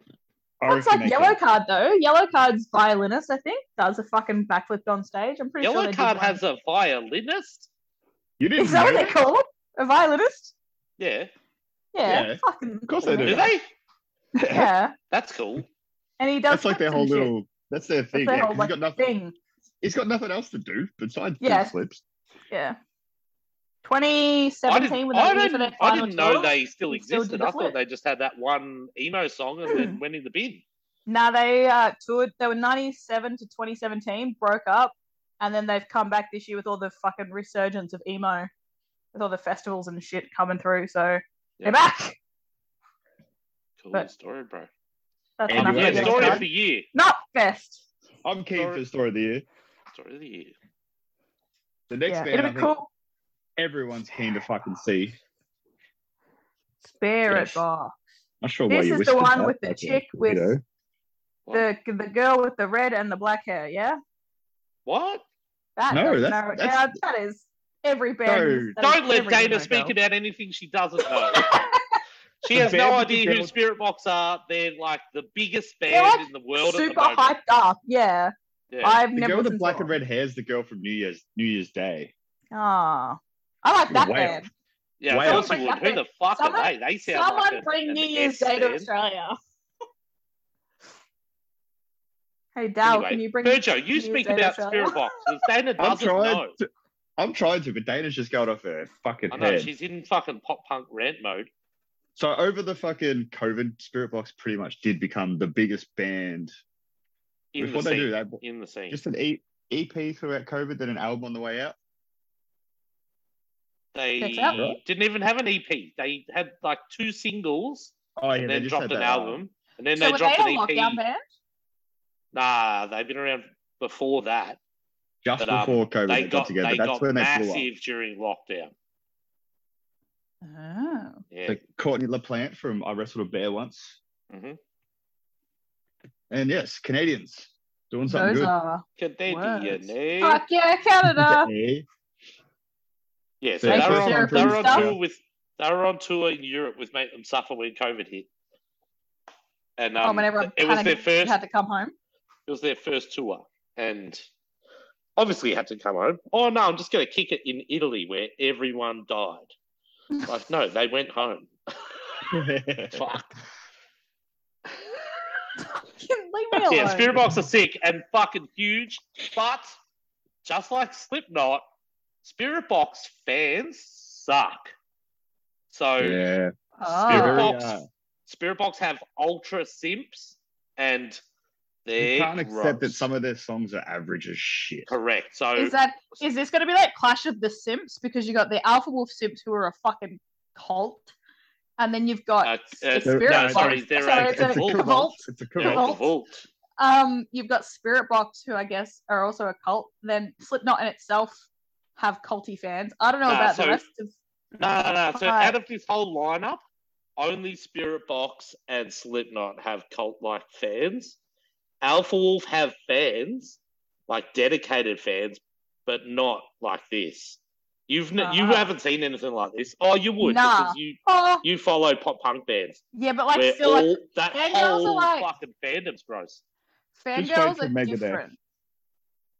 B: I
C: That's
B: reckon
C: like
B: they
C: yellow
B: got-
C: card though. Yellow card's violinist, I think, does a fucking backflip on stage. I'm pretty sure.
A: Yellow
C: they did
A: Card
C: one.
A: has a violinist.
B: You didn't
C: Is that what
B: know
C: they call it? A violinist?
A: Yeah.
C: Yeah,
B: Yeah.
C: fucking.
B: Of course they
A: Do
B: do.
A: they?
C: Yeah,
A: That's cool.
C: and he does.
B: That's like their
C: flips
B: whole
C: and shit.
B: little. That's their thing.
C: their
B: yeah,
C: whole,
B: 'cause
C: like,
B: he's got nothing.
C: thing.
B: He's got nothing else to do besides
C: Yeah.
B: backflips.
C: Yeah.
A: I
C: 2017
A: didn't,
C: when they
A: I
C: were for
A: didn't,
C: their
A: I
C: final
A: didn't know
C: tour.
A: they still
C: They still
A: existed.
C: did the
A: I thought
C: flip.
A: they just had that one emo song and then
C: Hmm.
A: went in the bin.
C: Now they uh, toured. They were ninety seven to twenty seventeen, broke up, and then they've come back this year with all the fucking resurgence of emo, with all the festivals and shit coming through. So
A: Yeah.
C: they're back.
A: Cool
C: But-
A: story, bro. Um,
C: That's
B: And
C: enough.
B: you
A: yeah,
B: have
C: Yeah.
B: any
A: story
B: time?
A: of the year.
C: Not fest.
B: I'm keen for the story of the year.
A: Story of the year.
B: The next
C: yeah,
B: band I
C: it'll be
B: think
C: cool.
B: everyone's keen to fucking see.
C: Spirit
B: Yes.
C: Bar.
B: Not sure why
C: This
B: you
C: is the
B: whispered
C: one
B: that,
C: with the
B: but, uh,
C: chick with
B: you know.
C: the the girl with the red and the black hair. Yeah,
A: What?
C: that
B: No,
C: doesn't
B: that's-
C: know-
B: that's-
C: yeah, that is every band. that is
A: Don't let
C: every
A: Dana
C: emo
A: speak
C: girl.
A: about anything she doesn't know. she
B: The
A: has no
B: band
A: idea who
B: girls-
A: Spirit Box are. They're like the biggest band
C: They're like
A: in the world. at
C: Super
A: the moment.
C: hyped up. Yeah,
A: Yeah.
C: I've
B: The
C: never
B: girl with the
C: listened
B: black
C: to
B: and red hair is the girl from New Year's New Year's Day.
C: Ah, I like
B: You're
C: that
B: way
C: band.
A: yeah,
B: Wow.
A: of course
C: Someone
A: you would. Who
C: bring-
A: the fuck
C: someone-
A: are they? They sound
C: Someone
A: like a-
C: bring
A: an
C: New Year's
A: S
C: Day to
A: band.
C: Australia. hey Dal,
A: Anyway,
C: can you bring?
A: Virgo,
C: New
A: you
C: Year's
A: speak
C: Day to
A: about
C: Australia?
A: Spirit Box. because Dana
B: I'm
A: doesn't
B: trying
A: know.
B: to I'm trying to, but Dana's just going off her fucking
A: I know
B: head.
A: she's in fucking pop punk rant mode.
B: So over the fucking COVID, Spirit Box pretty much did become the biggest band.
A: In
B: With what
A: the
B: they do,
A: scene.
B: they
A: in the scene.
B: just an e- EP throughout COVID, then an album on the way out.
A: they
C: Checks out,
B: right?
A: didn't even have an EP. They had like two singles
B: Oh yeah,
A: and then
B: just
A: dropped
B: had
A: an
B: that
A: album. And then
C: so
A: they
C: were
A: dropped
C: they a
A: an E EP.
C: lockdown band?
A: Nah, they've been around before that.
B: just
A: But, um,
B: before COVID.
A: they,
B: They,
A: got,
B: got together.
A: they
B: That's
A: got
B: when they blew up.
A: massive during lockdown.
C: Oh,
A: Yeah.
B: Like Courtney LaPlante from I Wrestled a Bear once,
A: Mhm.
B: and yes, Canadians doing something
C: those
B: good.
C: are
A: Could they be your
C: words.
A: name?
C: fuck yeah, Canada.
B: Hey.
A: Yeah, so
B: They
A: they
B: put
A: were on,
B: their
A: they were on
B: stuff-
A: tour with they were on tour in Europe with Make Them Suffer when COVID hit. And
C: oh,
A: um,
C: whenever I
A: it was their first
C: had to come home.
A: it was their first tour and obviously had to come home. Oh no, I'm just gonna kick it in Italy where everyone died. Like, no, they went home. Fuck.
C: Leave me alone.
A: Yeah, Spirit Box are sick and fucking huge, but just like Slipknot, Spirit Box fans suck. So
B: yeah,
A: Spirit
B: Very,
C: oh.
A: Box.
B: uh,
A: Spirit Box have ultra simps and they
B: you can't accept that some of their songs are average as shit.
A: correct. So
C: Is that is this going to be like Clash of the Simps because you got the Alpha Wolf Simps who are a fucking cult, and then you've got
A: uh, uh,
C: it's
A: no,
C: Spirit Box.
A: sorry, they're
C: Sorry,
A: a
C: it's a
A: cult.
C: cult.
B: It's a
A: They're a
B: cult.
A: cult.
C: um you've got Spirit Box who I guess are also a cult. Then Slipknot in itself have culty fans. I don't know
A: Nah,
C: about
A: so-
C: the rest of.
A: No, no, no. So
C: Right.
A: out of this whole lineup, only Spirit Box and Slipknot have cult-like fans. Alpha Wolf have fans, like dedicated fans, but not like this. You've n- you
C: Ah.
A: haven't seen anything like this. Oh, you would
C: Nah.
A: because you
C: Oh
A: you follow pop punk bands.
C: yeah, but like
A: where
C: still
A: all
C: like
A: that
C: fangirls are
A: whole
C: like-
A: fucking fandom's gross.
B: wait
C: fangirls
B: for
C: are
B: Megadeth.
C: different.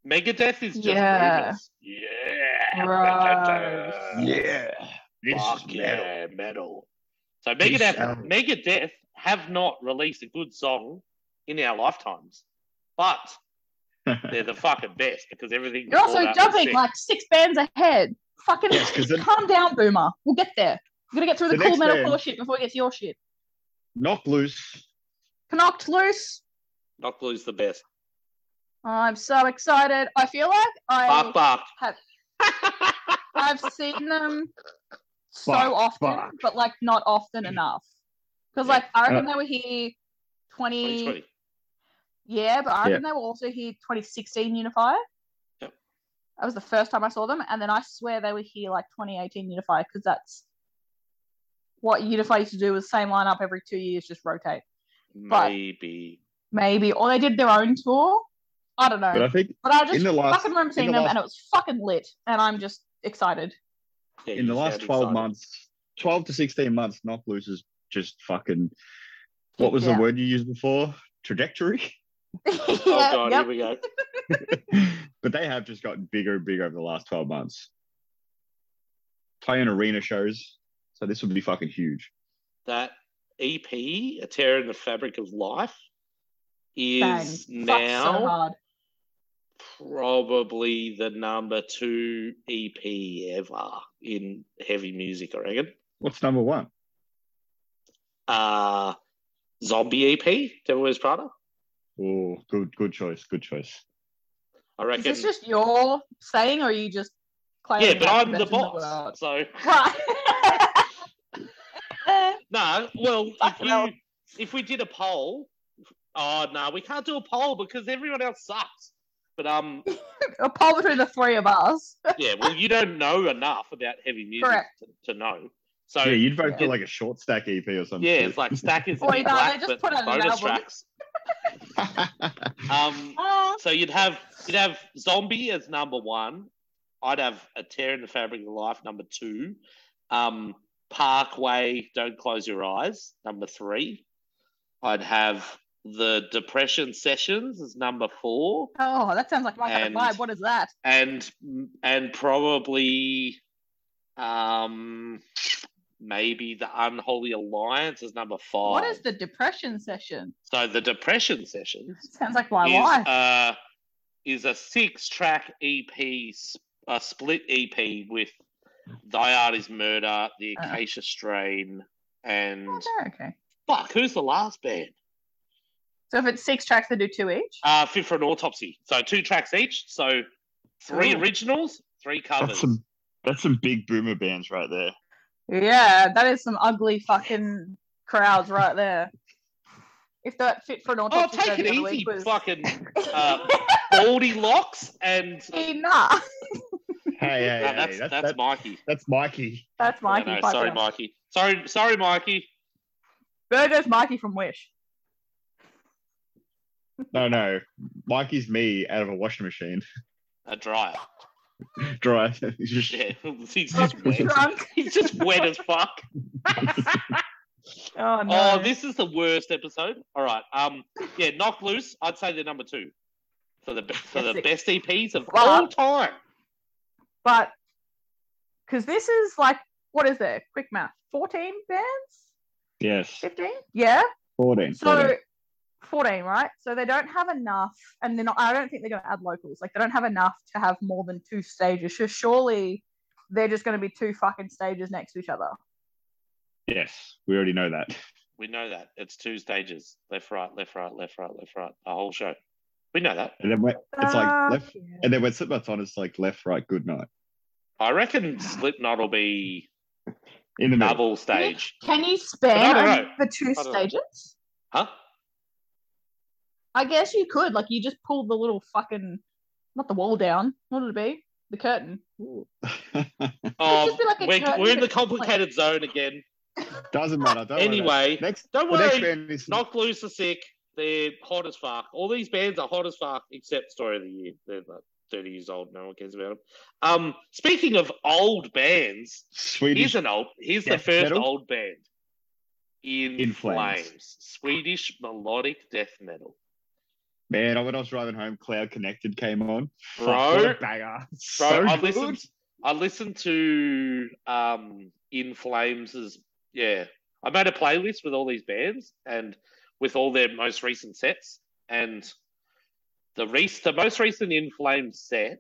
A: Megadeth is just
C: Yeah.
A: rumors. yeah,
C: Gross.
B: Yeah. This is
A: Fuck
B: metal.
A: yeah, metal. So
B: This
A: Megadeth,
B: album.
A: Megadeth have not released a good song in our lifetimes, but they're the fucking best because everything.
C: You're also
A: before that was
C: jumping
A: sick.
C: like six bands ahead. Fucking
B: Yes, 'cause then-
C: calm down, Boomer. We'll get there. We're gonna get through
B: The
C: the, cool
B: next
C: metal
B: band-
C: core shit before we get to your shit.
B: Knock loose.
C: Knocked loose.
A: Knock Loose the best.
C: I'm so excited. I feel like I
A: Bark bark.
C: have- I've seen them so
B: Fuck,
C: often,
B: fuck.
C: but like not often enough. Because
A: Yeah.
C: like I reckon
B: Uh,
C: they were here twenty
A: 2020.
C: yeah, but I reckon they were also here twenty sixteen Unify.
A: Yep.
C: That was the first time I saw them, and then I swear they were here like twenty eighteen Unify because that's what Unify used to do was same lineup every two years, just rotate. but-
A: Maybe.
C: Maybe or they did their own tour. I don't know.
B: But I think
C: But I just
B: in the last
C: fucking remember seeing
B: the
C: them
B: last-
C: and it was fucking lit and I'm just excited.
A: Yeah,
B: in the
A: you
B: last
A: sound
B: 12
A: excited.
B: months, 12 to 16 months, knock loose is just fucking what was
C: Yeah.
B: the word you used before? Trajectory.
A: Oh
C: Yeah,
A: god,
C: yep.
A: here we go.
B: but they have just gotten bigger and bigger over the last 12 months. Playing arena shows. So this would be fucking huge.
A: that EP, A Tear in the Fabric of Life,
C: Bang.
A: is
C: Fucked so
A: now
C: hard.
A: probably the number two EP ever in heavy music, I reckon.
B: What's number one?
A: Uh, Zombie EP, E Devil Wears Prada.
B: Oh, good, good choice. Good choice.
A: I
C: Is
A: reckon.
C: this just your saying, or are you just claiming?
A: yeah, but
C: that's
A: I'm the
C: best in
A: boss.
C: world?
A: so
C: right.
A: no. Well, if
C: Fucking hell.
A: you if we did a poll, oh no, we can't do a poll because everyone else sucks. But um,
C: a poll between the three of us.
A: yeah. Well, you don't know enough about heavy music
C: Correct.
A: to, to know. So
B: yeah, you'd vote for
A: yeah.
B: like a short stack EP or something.
A: Yeah, it's like stack is
C: Wait,
A: in
C: no, they
A: black,
C: just
A: but
C: put out an
A: bonus
C: album.
A: tracks. Um,
C: Oh,
A: so you'd have you'd have zombie as number one. I'd have a tear in the fabric of life number two. Um, Parkway, don't close your eyes number three. I'd have the depression sessions as number four,
C: Oh, that sounds like my kind
A: And-
C: of vibe. What is that?
A: and and probably um maybe the unholy alliance is number five.
C: What is the depression session?
A: so the depression sessions
C: Sounds like my
A: is
C: life.
A: uh, is a six track EP, sp- a split EP with Thy Art Is Murder, The
C: Uh.
A: Acacia Strain, and
C: Oh, they're okay.
A: fuck, who's the last band?
C: So if it's six tracks, they do two each.
A: Uh, Fit for an Autopsy. So two tracks each. So three
C: Ooh.
A: originals, three
B: that's
A: covers.
B: some that's some big boomer bands right there.
C: Yeah, that is some ugly fucking crowds right there. If that fit for an
A: Oh,
C: autopsy show
A: take
C: the
A: it
C: other
A: easy,
C: week was
A: fucking uh, baldy locks, and
C: enough.
B: Hey, hey,
A: No,
B: hey,
A: that's, that's
B: that's,
A: Mikey.
B: that's Mikey.
C: That's Mikey.
A: Yeah, no,
C: piping
A: sorry,
C: up.
A: Mikey. Sorry, sorry, Mikey.
C: There goes Mikey from Wish.
B: No, no, Mikey's me out of a washing machine.
A: A dryer.
B: Dry. Just-
A: Yeah, he's just wet.
C: Drunk.
A: He's just wet as fuck.
C: Oh
A: Oh,
C: no.
A: this is the worst episode. All right. Um. Yeah, knock loose. I'd say they're number two for the for the best EPs of all time.
C: but because this is like what is there? Quick math. Fourteen bands?
B: yes,
C: Fifteen? Yeah.
B: fourteen.
C: So 14, right? So they don't have enough, and they're not, I don't think they're going to add locals. Like, they don't have enough to have more than two stages. So surely they're just going to be two fucking stages next to each other.
B: yes, we already know that.
A: We know that it's two stages: left, right, left, right, left, right, left, right. A whole show. We know that.
B: And then when, It's like
C: Fuck
B: left-
C: yeah.
B: and then when Slipknot's on, it's like left, right, good night.
A: I reckon Slipknot will be
B: In the middle.
A: double stage.
C: Can you span
A: But I don't
C: on the two
A: I don't know.
C: stages?
A: Huh?
C: I guess you could. Like, you just pulled the little fucking, not the wall down. What would it be? The curtain.
A: Um,
C: just be like a
A: we're,
C: curtain
A: we're in the
C: that's like-
A: complicated zone again.
B: Doesn't matter. Don't worry.
A: Anyway,
B: next,
A: don't
B: the next
A: worry.
B: band is
A: Knock Loose are sick. They're hot as fuck. All these bands are hot as fuck, except Story of the Year. They're like 30 years old. No one cares about them. Um, speaking of old bands, here's
B: Swedish.
A: an old. Here's the
B: death
A: first
B: metal?
A: old band. In,
B: In
A: flames.
B: Flames.
A: Swedish melodic death metal.
B: Man, when I was driving home, Cloud Connected came on.
A: Bro,
B: Fuck, what a banger.
A: Bro,
B: So
A: I
B: good.
A: listened. I listened to um, In Flames. Is yeah, I made a playlist with all these bands and with all their most recent sets. And the re- the most recent In Flames set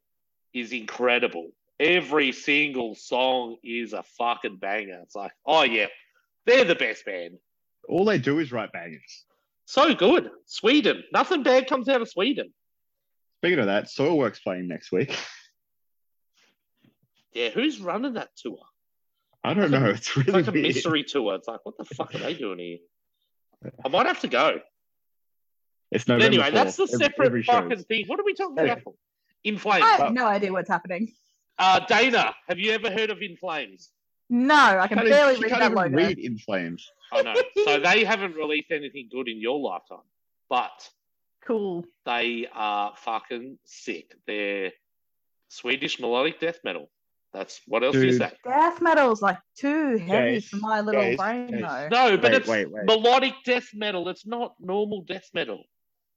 A: is incredible. Every single song is a fucking banger. It's like, oh yeah, they're the best band.
B: All they do is write bangers.
A: So good. Sweden. Nothing bad comes out of Sweden.
B: Speaking of that, Soilwork's playing next week.
A: Yeah, who's running that tour?
B: I don't know. It's
A: It's
B: really
A: like a
B: weird.
A: mystery tour. It's like, what the fuck are they doing here? I might have to go.
B: It's
A: But
B: November
A: anyway, that's the
B: 4th. Every-
A: separate
B: every show.
A: fucking thing. What are we talking about?
B: Anyway.
A: for? In Flames.
C: I have no idea what's happening.
A: Uh, Dana, have you ever heard of In Flames?
C: No, I can
B: Can't even-
C: barely
B: she
C: read
B: can't
C: that
B: even
C: logo.
B: read in flames.
A: I know. so they haven't released anything good in your lifetime, but
C: Cool.
A: they are fucking sick. They're Swedish melodic death metal. That's what else is
B: Dude.
A: that?
C: Death metal's like too heavy
B: Yes,
C: for my little
B: yes,
C: brain,
B: yes.
C: though.
A: No, but
B: Wait,
A: it's
B: wait, wait.
A: melodic death metal. It's not normal death metal.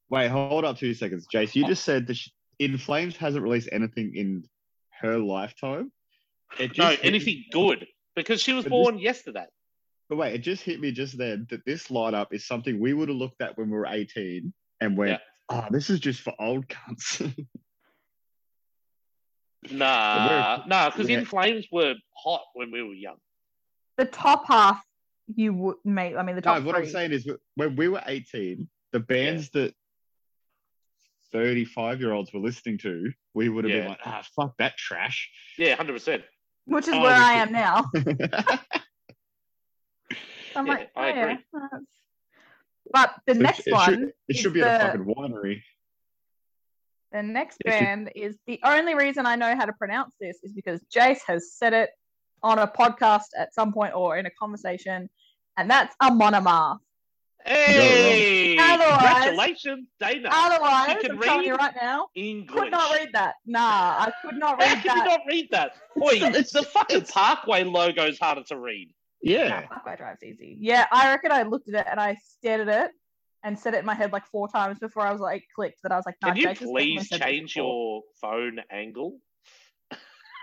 B: Wait, hold up two seconds, Jace. You just said that she, in flames hasn't released anything in her lifetime. It
A: No,
B: hit me-
A: anything good. Because she was
B: But this-
A: born yesterday.
B: But wait, it just hit me just then that this lineup is something we would have looked at when we were 18 and went, oh, this is just for old cunts.
A: Nah, nah, because
B: yeah.
A: In Flames were hot when we were young.
C: The top half, you would make. I mean, the
B: no,
C: top.
B: what I'm
C: three.
B: saying is when we were 18, the bands that 35 year olds were listening to, we would have
A: Yeah.
B: been like, ah, fuck that trash.
A: Yeah, hundred percent.
C: which is
B: Oh,
C: where
B: we
C: I
B: should-
C: am now. I'm
A: Yeah,
C: like,
A: I
C: oh, yeah,
A: agree.
C: that's- But the
B: It-
C: next
B: it
C: one,
B: Should, it
C: is
B: should be at a
C: the-
B: fucking winery.
C: the next
B: it should-
C: band is the only reason I know how to pronounce this is because Jace has said it on a podcast at some point or in a conversation, and that's a monomath.
A: Hey,
C: Otherwise-
A: congratulations, Dana.
C: Otherwise,
A: You can
C: I'm telling
A: read
C: you right now,
A: English.
C: could not read that. Nah, I could not
A: How
C: read
A: can you
C: that.
A: not read that? Oi,
B: It's-
A: the fucking
B: it's-
A: Parkway logo's harder to read.
B: Yeah.
C: Nah, Parkway Drive's easy. Yeah, I reckon I looked at it and I stared at it and said it in my head like four times before I was like clicked that I was like, nah,
A: Can you
C: Jace has definitely
A: please
C: said this
A: change your
C: before.
A: phone angle?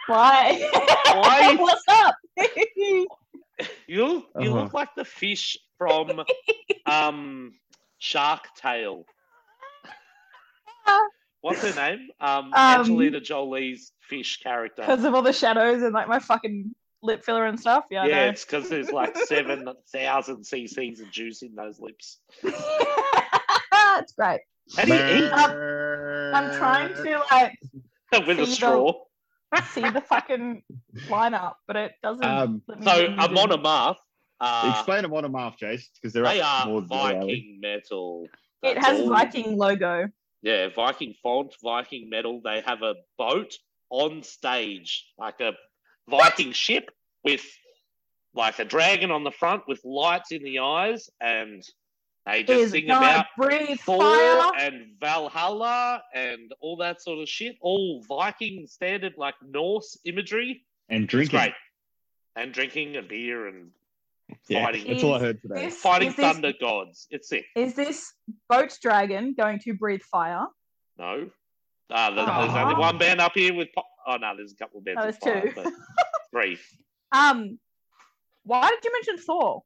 C: Why?
A: Why?
C: What's up?
A: You look, you
B: Uh-huh.
A: look like the fish from um Shark Tale.
C: Uh,
A: What's her name? Um, Angelina Jolie's fish character.
C: Because of all the shadows and like my fucking lip filler and stuff. Yeah,
A: yeah,
C: I know.
A: it's because there's like seven thousand cc's of juice in those lips.
C: it's great.
A: How do you eat
C: I'm trying to
A: Uh,
C: like
A: with a
C: See the-
A: straw?
C: see the fucking lineup, but it doesn't.
B: Um,
C: let me
A: So
C: zoom
A: a
C: in.
A: monomath. Uh,
B: explain a monomath, Jace, because they're
A: they
B: up
A: are
B: more than they are.
A: Viking metal.
C: It
A: That's
C: has
A: all.
C: Viking logo.
A: Yeah, Viking font, Viking metal. They have a boat on stage, like a Viking ship with like a dragon on the front with lights in the eyes, and they just
C: Is
A: sing
C: God
A: about
C: breathe fire?
A: Thor and Valhalla and all that sort of shit. All Viking standard, like Norse imagery.
B: and
A: It's
B: drinking.
A: great. And drinking a beer and
B: Yeah,
A: fighting.
B: that's all I heard today.
C: This,
A: fighting
C: is, this,
A: thunder gods. It's sick.
C: is this boat dragon going to breathe fire?
A: No. Uh, there's, there's
C: Aw.
A: only one band up here with. Po- oh, no, there's a couple of bands.
C: No,
A: with
C: there's two.
A: fire, but three.
C: Um, why did you mention Thor?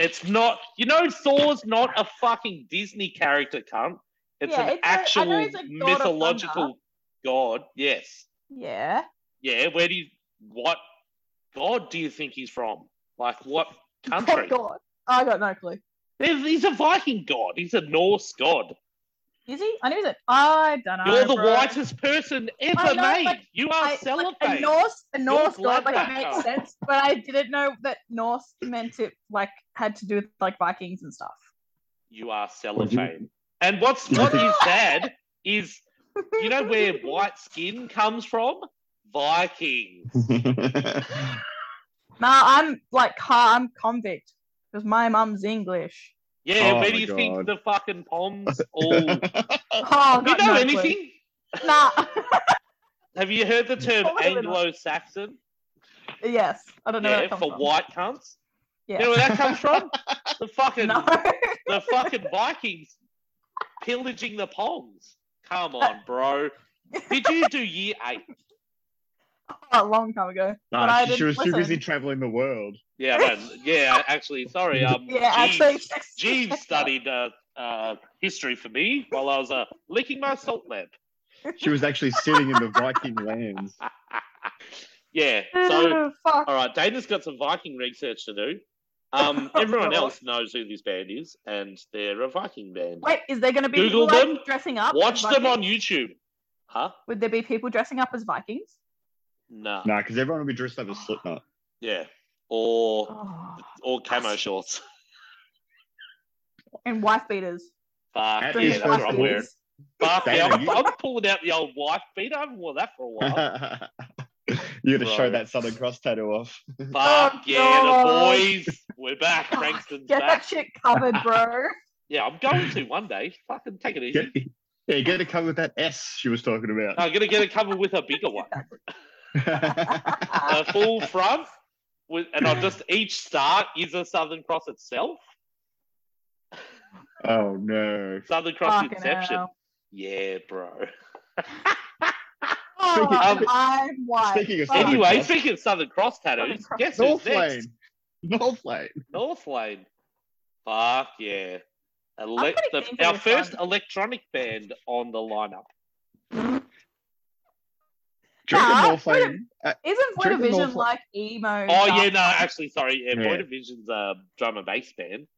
A: It's not. You know, Thor's not a fucking Disney character, cunt. It's
C: Yeah,
A: an
C: it's a- I know
A: actual
C: he's a god of thunder.
A: mythological god. Yes.
C: Yeah.
A: Yeah. Where do you. What god do you think he's from? Like, what country?
C: Oh, God. I got no clue.
A: There's- He's a Viking god. He's a Norse god.
C: Is he? I knew that. I don't know.
A: You're the
C: bro.
A: whitest person
C: I
A: ever
C: know,
A: made.
C: but
A: You are
C: I,
A: celibate.
C: Like, a Norse, a Norse
A: blood
C: god, like it
A: background.
C: makes sense, but I didn't know that Norse meant it like had to do with like Vikings and stuff.
A: you are
B: Would you-
A: cellophane. And what's what is sad is you know where white skin comes from? Vikings.
C: Nah, I'm like ha- I'm convict because my mum's English.
A: Yeah,
B: Oh
A: where
B: my
A: do you think
B: God.
A: the fucking Poms all Do
C: Oh, I
A: you
C: got
A: know
C: no clue.
A: anything?
C: Nah.
A: Have you heard the term
C: Probably not.
A: Anglo Saxon?
C: yes, I don't know.
A: Yeah,
C: where that comes
A: for
C: from.
A: white cunts.
C: Yeah.
A: You know where that comes from? The fucking
C: No.
A: the fucking Vikings pillaging the Poms. Come on, bro. Did you do year eight?
C: a long time ago. But
B: Nah,
C: I
B: she, she
C: didn't
B: was too busy
C: listen.
B: traveling the world.
A: Yeah, man. yeah. Actually, sorry. Um,
C: Yeah,
A: geez.
C: actually,
A: Jeeves studied uh, uh, history for me while I was uh, licking my salt lamp.
B: She was actually sitting in the Viking lands.
A: yeah. So,
C: Oh, fuck.
A: all right, Dana's got some Viking research to do. Um, everyone
C: God.
A: else knows who this band is, and they're a Viking band.
C: Wait, is there going to be
A: Google
C: people, like,
A: them.
C: dressing up? as
A: Watch them
C: Vikings?
A: on YouTube. Huh?
C: Would there be people dressing up as Vikings?
A: Nah.
B: Nah, because everyone would be dressed up as Slipknot.
A: Yeah. Or
C: Oh.
A: or camo shorts.
C: And wife beaters.
A: Fuck.
B: That
A: Yeah,
C: Drinking
B: is
A: that's
B: for
A: what
C: wife
A: I'm
B: sure.
A: wearing.
C: beaters.
A: Fuck, yeah,
B: Dana,
A: I'm,
B: you-
A: I'm pulling out the old wife beater. I haven't worn that for a
B: You're
A: while.
B: gonna show
A: Right.
B: that Southern Cross tattoo off.
A: Fuck yeah,
C: God.
A: the boys. We're back. Frankston's
C: Get
A: back.
C: that shit covered, bro.
A: Yeah, I'm going to one day. Fucking take it easy.
B: Get, yeah, get a cover with that S she was talking about.
A: I'm gonna get it covered with a bigger one, a full front, with, and I'll just each star is a Southern Cross itself.
B: oh no!
A: Southern Cross
C: Fucking
A: Inception.
C: hell.
A: Yeah, bro.
C: Oh,
A: of-
C: I'm white.
B: speaking of
C: Fuck.
B: Southern
A: Anyway,
B: Cross.
A: speaking of Southern Cross tattoos,
C: Southern Cross.
A: guess who's
B: North
A: next?
B: Lane, North Lane.
A: North Lane. Fuck yeah. Ele-
C: pretty
A: the-
C: keen for
A: our
C: this
A: first electronic band on the lineup.
B: Drink
C: Nah,
B: North
C: wait a-
B: Lane. uh,
C: Isn't Void
B: Drink the
C: Vision
B: North-
C: like emo?
A: Oh
C: dark
A: yeah, no,
C: punk?
A: actually, sorry, yeah,
B: Yeah.
A: Point of Vision's a drum and bass band.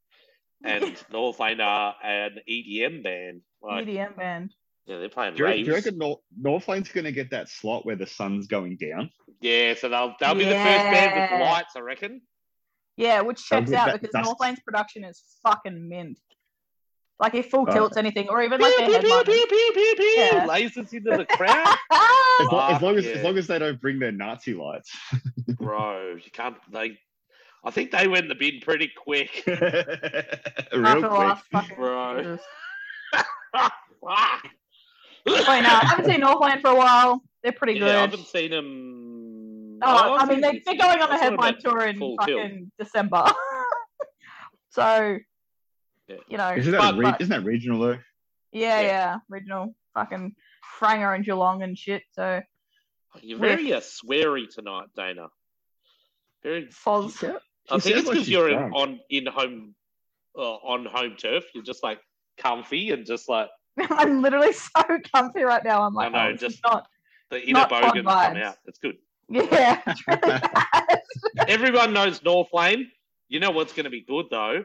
A: and North Lane are an EDM band. Like,
C: EDM band.
A: yeah, they're playing
B: Do you, do you
A: raves.
B: reckon Nor- Northlane's going to get that slot where the sun's going down?
A: Yeah, so they'll they'll be the first band with
C: Yeah.
A: lights, I reckon.
C: Yeah, which
B: That'd
C: checks
B: be-
C: out
B: that-
C: because
B: that's-
C: Northlane's production is fucking mint. Like if Full
B: Uh,
C: Tilt's anything, or even like
A: Pew,
C: their
A: pew, pew,
C: headliner.
A: pew, pew, pew, pew,
C: Yeah.
A: Lasers into the crowd,
B: As,
C: Ah!
B: lo- as
A: Fuck
B: long as,
A: yeah.
B: as long as they don't bring their Nazi lights.
A: bro. You can't. They, I think they went in the bin pretty quick,
B: Real
C: After the
B: quick.
C: last fucking.
A: bro.
C: Wait, no, I haven't seen Northland for a while. They're pretty
A: Yeah, I
C: good.
A: haven't seen them.
C: Oh, I mean, they, they're going on
A: I
C: a
A: saw them
C: headline
A: at
C: tour in
A: Full
C: fucking
A: Tilt.
C: December. so,
A: Yeah.
C: you know,
B: Isn't that,
A: But-
B: re-
C: but-
B: isn't that regional though?
C: yeah,
A: Yeah.
C: yeah, original fucking Franger and Geelong and shit. So,
A: You're very uh, sweary tonight, Dana. Very.
C: Foz.
A: I
B: You
A: think
B: sound
A: it's
B: like
A: because
B: you're
A: you're in,
B: drunk.
A: on in home uh, on home turf. You're just like comfy and just like
C: I'm literally so comfy right now. I'm
A: I
C: like,
A: know,
C: oh, this is
A: just-
C: not.
A: the inner
C: Not fun
A: bogan come
C: vibes.
A: out. It's good.
C: Yeah, it's really bad.
A: Everyone knows North Lane. You know what's going to be good though.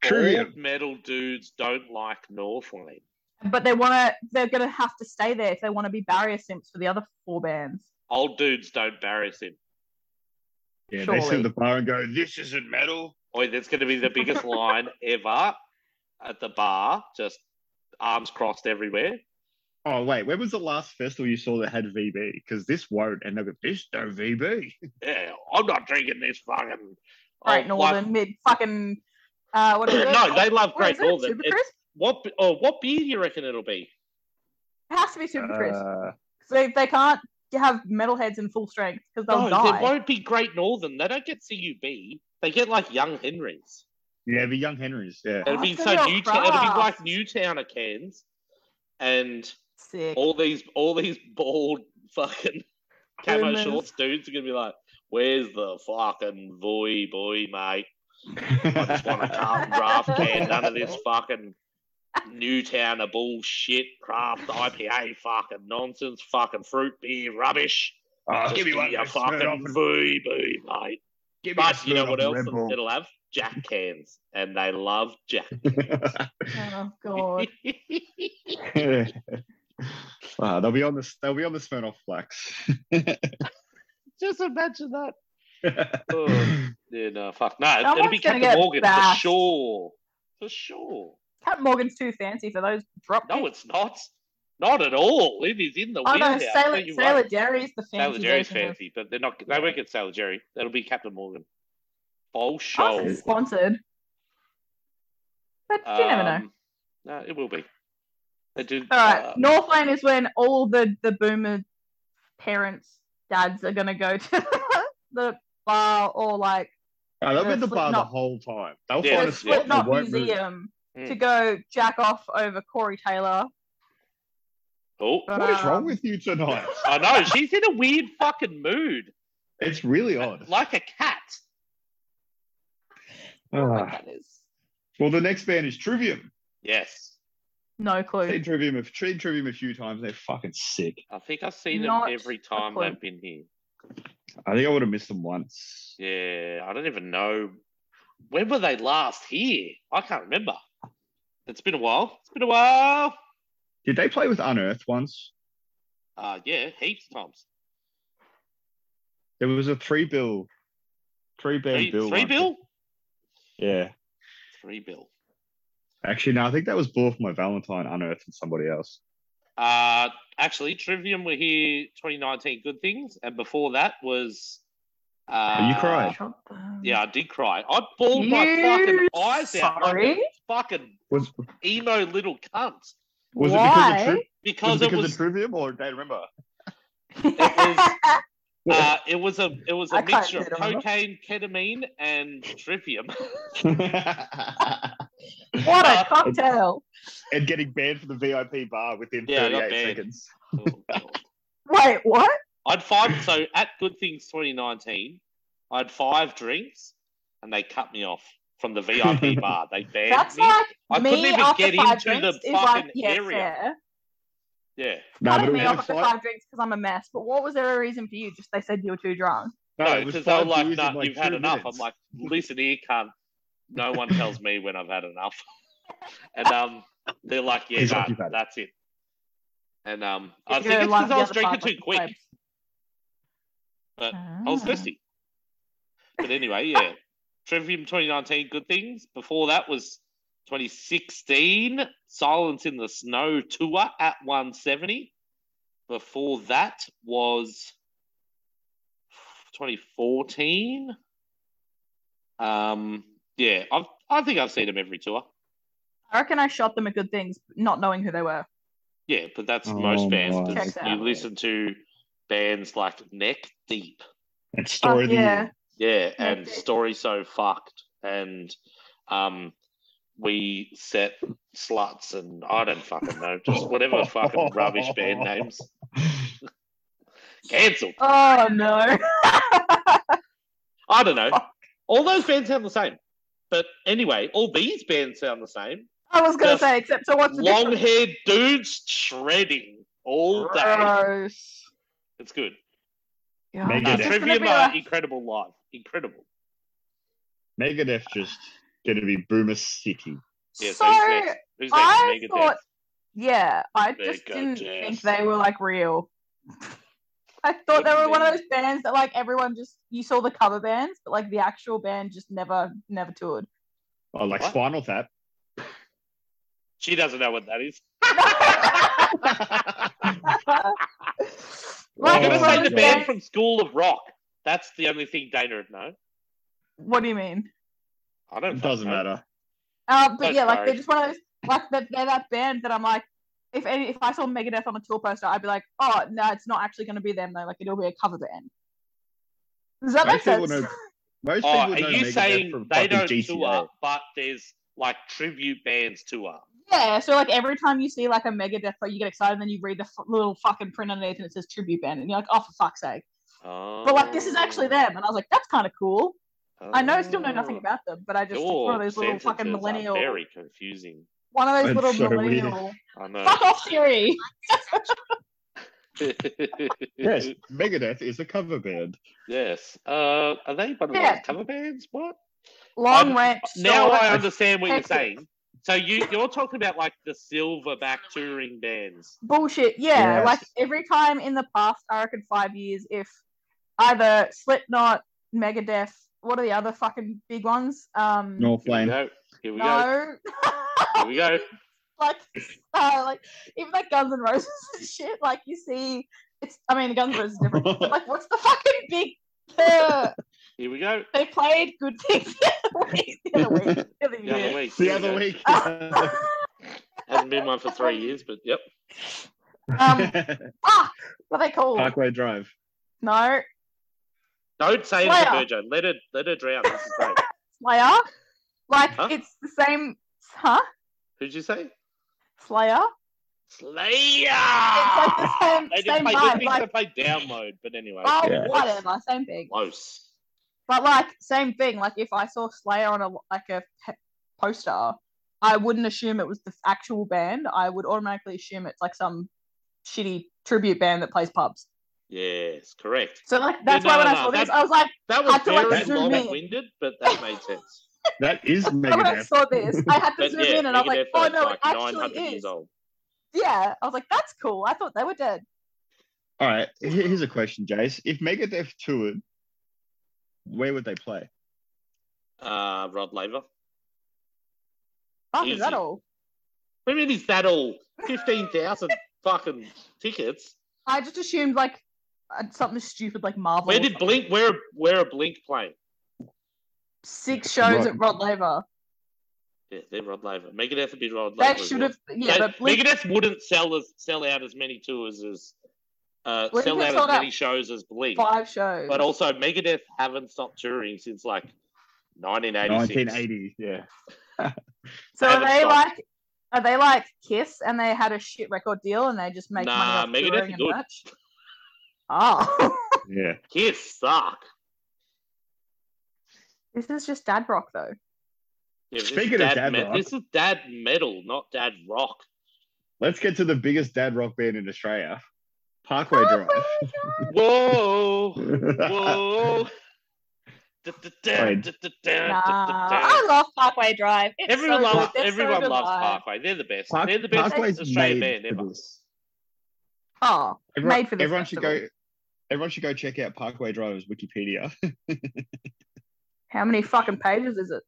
B: Trivia.
A: All metal dudes don't like North Lane.
C: But they want to. They're gonna have to stay there if they want to be barrier simps for the other four bands.
A: Old dudes don't embarrass him.
B: Yeah, they sit
C: Surely.
B: at the bar and go, "This isn't metal."
A: Oh, that's going to be the biggest line ever at the bar. Just arms crossed everywhere.
B: Oh wait, when was the last festival you saw that had VB? Because this won't, and they'll go, "This no VB."
A: Yeah, I'm not drinking this fucking.
C: Great
A: oh,
C: Northern mid fucking. Uh, what is it?
A: no, they love
C: What
A: Great
C: is it?
A: Northern.
C: Super
A: It's-
C: crisp.
A: what oh, what beer do you reckon it'll be?
C: It has to be super crisp.
B: Uh,
C: So they, they can't have metalheads in full strength because they'll
A: no, there
C: die.
A: won't be Great Northern. They don't get CUB. They get like Young Henrys.
B: yeah, the Young Henrys. Yeah,
A: It'll
C: Oh,
A: be
C: it's
A: so
C: gonna be all
A: Newtown. It'll be like
C: craft.
A: Newtowner cans, and
C: Sick.
A: all these all these bald fucking camo
C: Boomers.
A: shorts dudes are gonna be like, "Where's the fucking boy, boy, mate? I just want a Carlton draft can. None of this fucking." Newtowner bullshit, craft IPA, fucking nonsense, fucking fruit beer, rubbish.
B: oh,
A: Just
B: give me one.
A: a
B: Let's turn it off
A: fucking
B: and-
A: boo boo, mate.
B: give me a
A: But you know
B: Smirnoff
A: what
B: and
A: else
B: Red Bull.
A: it'll have? Jack cans, and they love Jack.
C: Oh god.
B: Wow, they'll be on the they'll be on the Smirnoff Flex.
A: Just imagine that. Oh, yeah, no, fuck no. It's gonna
C: Someone's
A: be Captain
C: gonna get
A: Morgan for
C: bashed.
A: sure, for sure.
C: Cat Morgan's too fancy for those drop.
A: No,
C: kicks.
A: it's not. Not at all. It is in the
C: oh no,
A: wheelhouse.
C: Sailor,
A: Tell you
C: Sailor
A: what,
C: Jerry's the
A: Sailor
C: fancy.
A: Jerry's
C: version of-
A: fancy, but they're not. They won't get Sailor Jerry. That'll be Captain Morgan.
C: Oh,
A: Bullshit.
C: it's sponsored. But you never know.
A: Um, No, it will be. They do.
C: All right,
A: uh,
C: North Lane is when all the the boomer parents dads are gonna go to the bar or like
B: Oh, they'll be at the bar the
C: Slipknot.
B: whole time. They'll
A: Yeah,
B: find a
C: the
B: spot. and they
C: Slipknot
B: won't move.
C: museum
A: Mm.
C: to go jack off over Corey Taylor.
A: Oh,
C: But,
B: What is wrong
C: um,
B: with you tonight?
A: I know. She's in a weird fucking mood,
B: It's really odd.
A: like a cat.
B: Ah.
C: That is
B: Well, the next band is Trivium.
A: Yes,
C: no
B: I've seen
C: clue.
B: Trivium, a- seen Trivium a few times. They're fucking sick.
A: I think I've seen them
C: Not
A: every
C: a
A: time
C: clue.
A: they've been here.
B: I think I would have missed them once.
A: Yeah, I don't even know when were they last here. I can't remember. It's been a while. It's been a while.
B: Did they play with Unearth once?
A: Uh yeah, heaps of times.
B: There was a three bill, three band
A: Three,
B: bill.
A: three
B: once.
A: bill.
B: Yeah.
A: Three bill.
B: Actually, no, I think that was Blow for My Valentine, Unearth, and somebody else.
A: Uh actually, Trivium were here 2019. Good things, and before that was. Uh,
B: you cried.
C: Shut the-
A: Yeah, I did cry. I bawled my
C: You
A: fucking eyes out like a
C: sorry?
A: fucking
B: Was
A: emo little cunt
B: was
C: Why?
B: it
A: because
B: because of tri- was it because
A: it
B: of
A: was
B: Trivium or don't remember?
A: was- uh, it was a it was a
C: I can't
A: mixture of
C: get over.
A: cocaine, ketamine, and trivium.
C: what
A: Uh,
C: a cocktail!
B: and getting banned from the VIP bar within
A: Yeah, I got
B: 38
A: banned.
B: seconds.
A: Oh, God.
C: Wait, what?
A: I'd five so at Good Things 2019, I had five drinks, and they cut me off from the VIP bar. They banned
C: That's
A: me.
C: like
A: I
C: me
A: couldn't even
C: after
A: get
C: five
A: into the
C: drinks is
A: fucking
C: like, yeah,
A: area.
C: fair.
A: Yeah,
B: No,
C: Cut
B: but it
C: me
B: was
C: off
B: like
C: after
B: five,
C: five drinks because I'm a mess. But what was there a reason for you? Just they said you were too drunk.
B: no,
A: no,
B: it was
A: because they were
B: five
A: like,
B: beers in,
A: "No, you've
B: two
A: had enough."
B: minutes.
A: I'm like, "Listen here, cunt. No one tells me when I've had enough. And um, they're like, yeah,
B: He's
A: nah,
B: like, "You've had it."
A: that's it. And um,
C: You
A: I
C: go
A: think it's
C: to line
A: because
C: the
A: I was
C: other
A: drinking
C: five,
A: too
C: like,
A: quick.
C: five.
A: but I was
C: Ah.
A: thirsty. Oh, But anyway, yeah. Trivium 2019, good things. Before that was 2016, Silence in the Snow tour at 170. Before that was 2014. Um, yeah, I've, I think I've seen them every tour.
C: I reckon I shot them at good things, not knowing who they were.
A: Yeah, but that's
B: Oh
A: most bands
B: my
A: because
C: Check
A: you
C: that.
A: listen to bands like Neck Deep
B: And story of the
C: yeah.
B: year.
A: Yeah,
C: Yeah,
A: and
C: it-
A: story so fucked, and um, we set sluts, and I don't fucking know, just whatever fucking rubbish band names. Cancelled.
C: Oh no.
A: I don't know.
C: Fuck.
A: All those bands sound the same, but anyway, all these bands sound the same.
C: I was gonna
A: Just
C: say, except so what's the
A: Long
C: difference?
A: haired dudes shredding all day.
C: Gross.
A: It's good.
C: God,
B: Make
A: Nah,
B: it
C: it's just gonna
A: Trivium
C: be
A: are
C: like-
A: incredible live. Incredible.
B: Megadeth just going to be Boomer City.
A: Yeah, so, who's
C: so
A: next? Who's next?
C: I
A: Megadeth.
C: thought, yeah, I
A: They
C: just
A: go
C: didn't
A: deaf.
C: think they were like real. I thought they
A: What do
C: were
A: you
C: one of
A: mean?
C: those bands that like everyone just you saw the cover bands, but like the actual band just never never toured.
B: Oh, like
A: What?
B: Spinal Tap.
A: She doesn't know what that is.
C: Like,
A: I'm gonna
B: Oh
C: one
A: say
C: of
B: my
A: the
C: those
A: band
B: God.
C: bands-
A: from School of Rock. That's the only thing Dana would know.
C: What do you mean?
A: I don't.
B: It doesn't
A: know.
B: matter.
C: Uh, but
A: Don't
C: yeah, like
A: worry.
C: they're just one of those like they're, they're that band that I'm like, if any, if I saw Megadeth on a tour poster, I'd be like, oh no, it's not actually going to be them though. Like it'll be a cover band. Does that make
B: Most people
C: sense?
B: know. Most
A: Oh,
B: people
A: are
B: know
A: you
B: Megadeth
A: saying
B: from
A: they
B: fucking
A: don't
B: GTA.
A: tour, but there's like tribute bands tour?
C: Yeah, so like every time you see like a Megadeth, like you get excited, and then you read the f- little fucking print underneath, and it says tribute band, and you're like, oh for fuck's sake!
A: Oh.
C: But like this is actually them, and I was like, that's kind of cool. I know, still know nothing
A: Oh.
C: about them, but I just it's
A: Your
C: one of those little fucking
A: sentences are
C: millennial,
A: Very confusing.
C: one of those
B: It's
C: little
B: so weird.
C: millennial.
A: I know.
C: Fuck off, Siri.
B: Yes, Megadeth is a cover band.
A: Yes. Uh, are they one of
C: Yeah.
A: those cover bands? What?
C: Long
A: I'm-
C: rant.
A: Uh, Now
C: short.
A: I understand what you're
C: Texas.
A: saying. So you you're talking about like the silverback touring bands.
C: bullshit. Yeah,
B: Yes.
C: like every time in the past, I reckon five years, if either Slipknot, Megadeth, what are the other fucking big ones? Um,
B: North
A: Here we
B: Lane.
A: go. Here we go.
C: no,
A: Here we go.
C: like, uh, like even like Guns N' Roses and shit. Like you see, it's I mean Guns N' Roses is different, but like what's the fucking big? Uh,
A: Here we go.
C: they played good things the other week. The other week, the other
A: The other
C: year.
A: week.
B: The
A: Here we
B: other
A: go.
B: week.
A: Hasn't been one for three years, but yep.
C: um, ah, what are they called?
A: Uh,
B: Parkway Drive.
C: No,
A: Don't say it
C: Slayer.
A: to Virgo. Let her let her drown. This is great.
C: Slayer. Like
A: Huh?
C: it's the same, huh?
A: Who'd you say?
C: Slayer.
A: Slayer.
C: It's like the same,
A: Ah, they didn't
C: same
A: play
C: vibe.
A: good
C: Like,
A: things. They played download, but anyway.
C: oh,
B: Yeah.
C: whatever, same thing.
A: Close.
C: But like, same thing. Like, if I saw Slayer on a like a pe- poster, I wouldn't assume it was the actual band. I would automatically assume it's like some shitty tribute band that plays pubs.
A: Yes, correct.
C: So like, that's why
A: no,
C: when I
A: no,
C: saw this,
A: that-
C: I was like,
A: That was
C: Had to, like,
A: very
C: zoom in.
A: long-winded, but that made sense.
B: That is
C: when I
B: Megadeth.
C: saw this, I had to
A: But
C: zoom
A: yeah,
C: in, and I was
A: Megadeth was
C: like, oh no,
A: like
C: it
A: 900
C: actually
A: years
C: is.
A: old.
C: Yeah, I was like, that's cool. I thought they were dead.
B: All right, here- here's a question, Jace. If Megadeth toured, where would they play?
A: Uh, Rod Laver.
C: Fuck, is that
A: Easy.
C: all?
A: I mean, is that all? Fifteen thousand fucking tickets.
C: I just assumed like uh, something stupid like Marvel.
A: Where
C: or
A: did
C: something.
A: Blink? Where where are Blink playing?
C: six shows
B: Right.
C: at Rod Laver?
A: Yeah, they're Rod Laver. Megadeth would be Rod Laver.
C: That
A: as
C: should
A: well.
C: have yeah,
A: They-
C: but Blink
A: Megadeth wouldn't sell as sell out as many tours as uh,
C: Blink
A: sell
C: has
A: out as
C: sold
A: many
C: out
A: shows as Blink.
C: five shows.
A: But also, Megadeth haven't stopped touring since like 1986.
B: 1980s, yeah.
C: so
A: they
C: are
A: haven't
C: they
A: stopped.
C: like are they like Kiss and they had a shit record deal and they just make
A: Nah,
C: money
A: Megadeth
C: off touring
A: are
C: and
A: good.
C: merch? Oh,
B: Yeah.
A: Kiss suck.
C: this is just dad rock though.
A: Yeah, this is
B: Speaking of dad rock.
A: this is dad metal, not dad rock.
B: Let's get to the biggest dad rock band in Australia,
C: Oh
B: Parkway Drive.
A: Whoa, whoa.
B: Fine.
C: Nah, I love Parkway Drive. It's
A: Everyone
C: so good.
A: loves
C: They're so
A: everyone
C: good
A: loves
C: live.
A: Parkway. They're the best.
B: Park-
A: They're the best
B: Parkway's
A: Australian
B: made
A: band ever.
B: for this.
C: Oh,
B: Everyone,
C: Made for this
B: everyone should go.
C: festival.
B: Everyone should go check out Parkway Driver's Wikipedia.
C: how many fucking pages is it?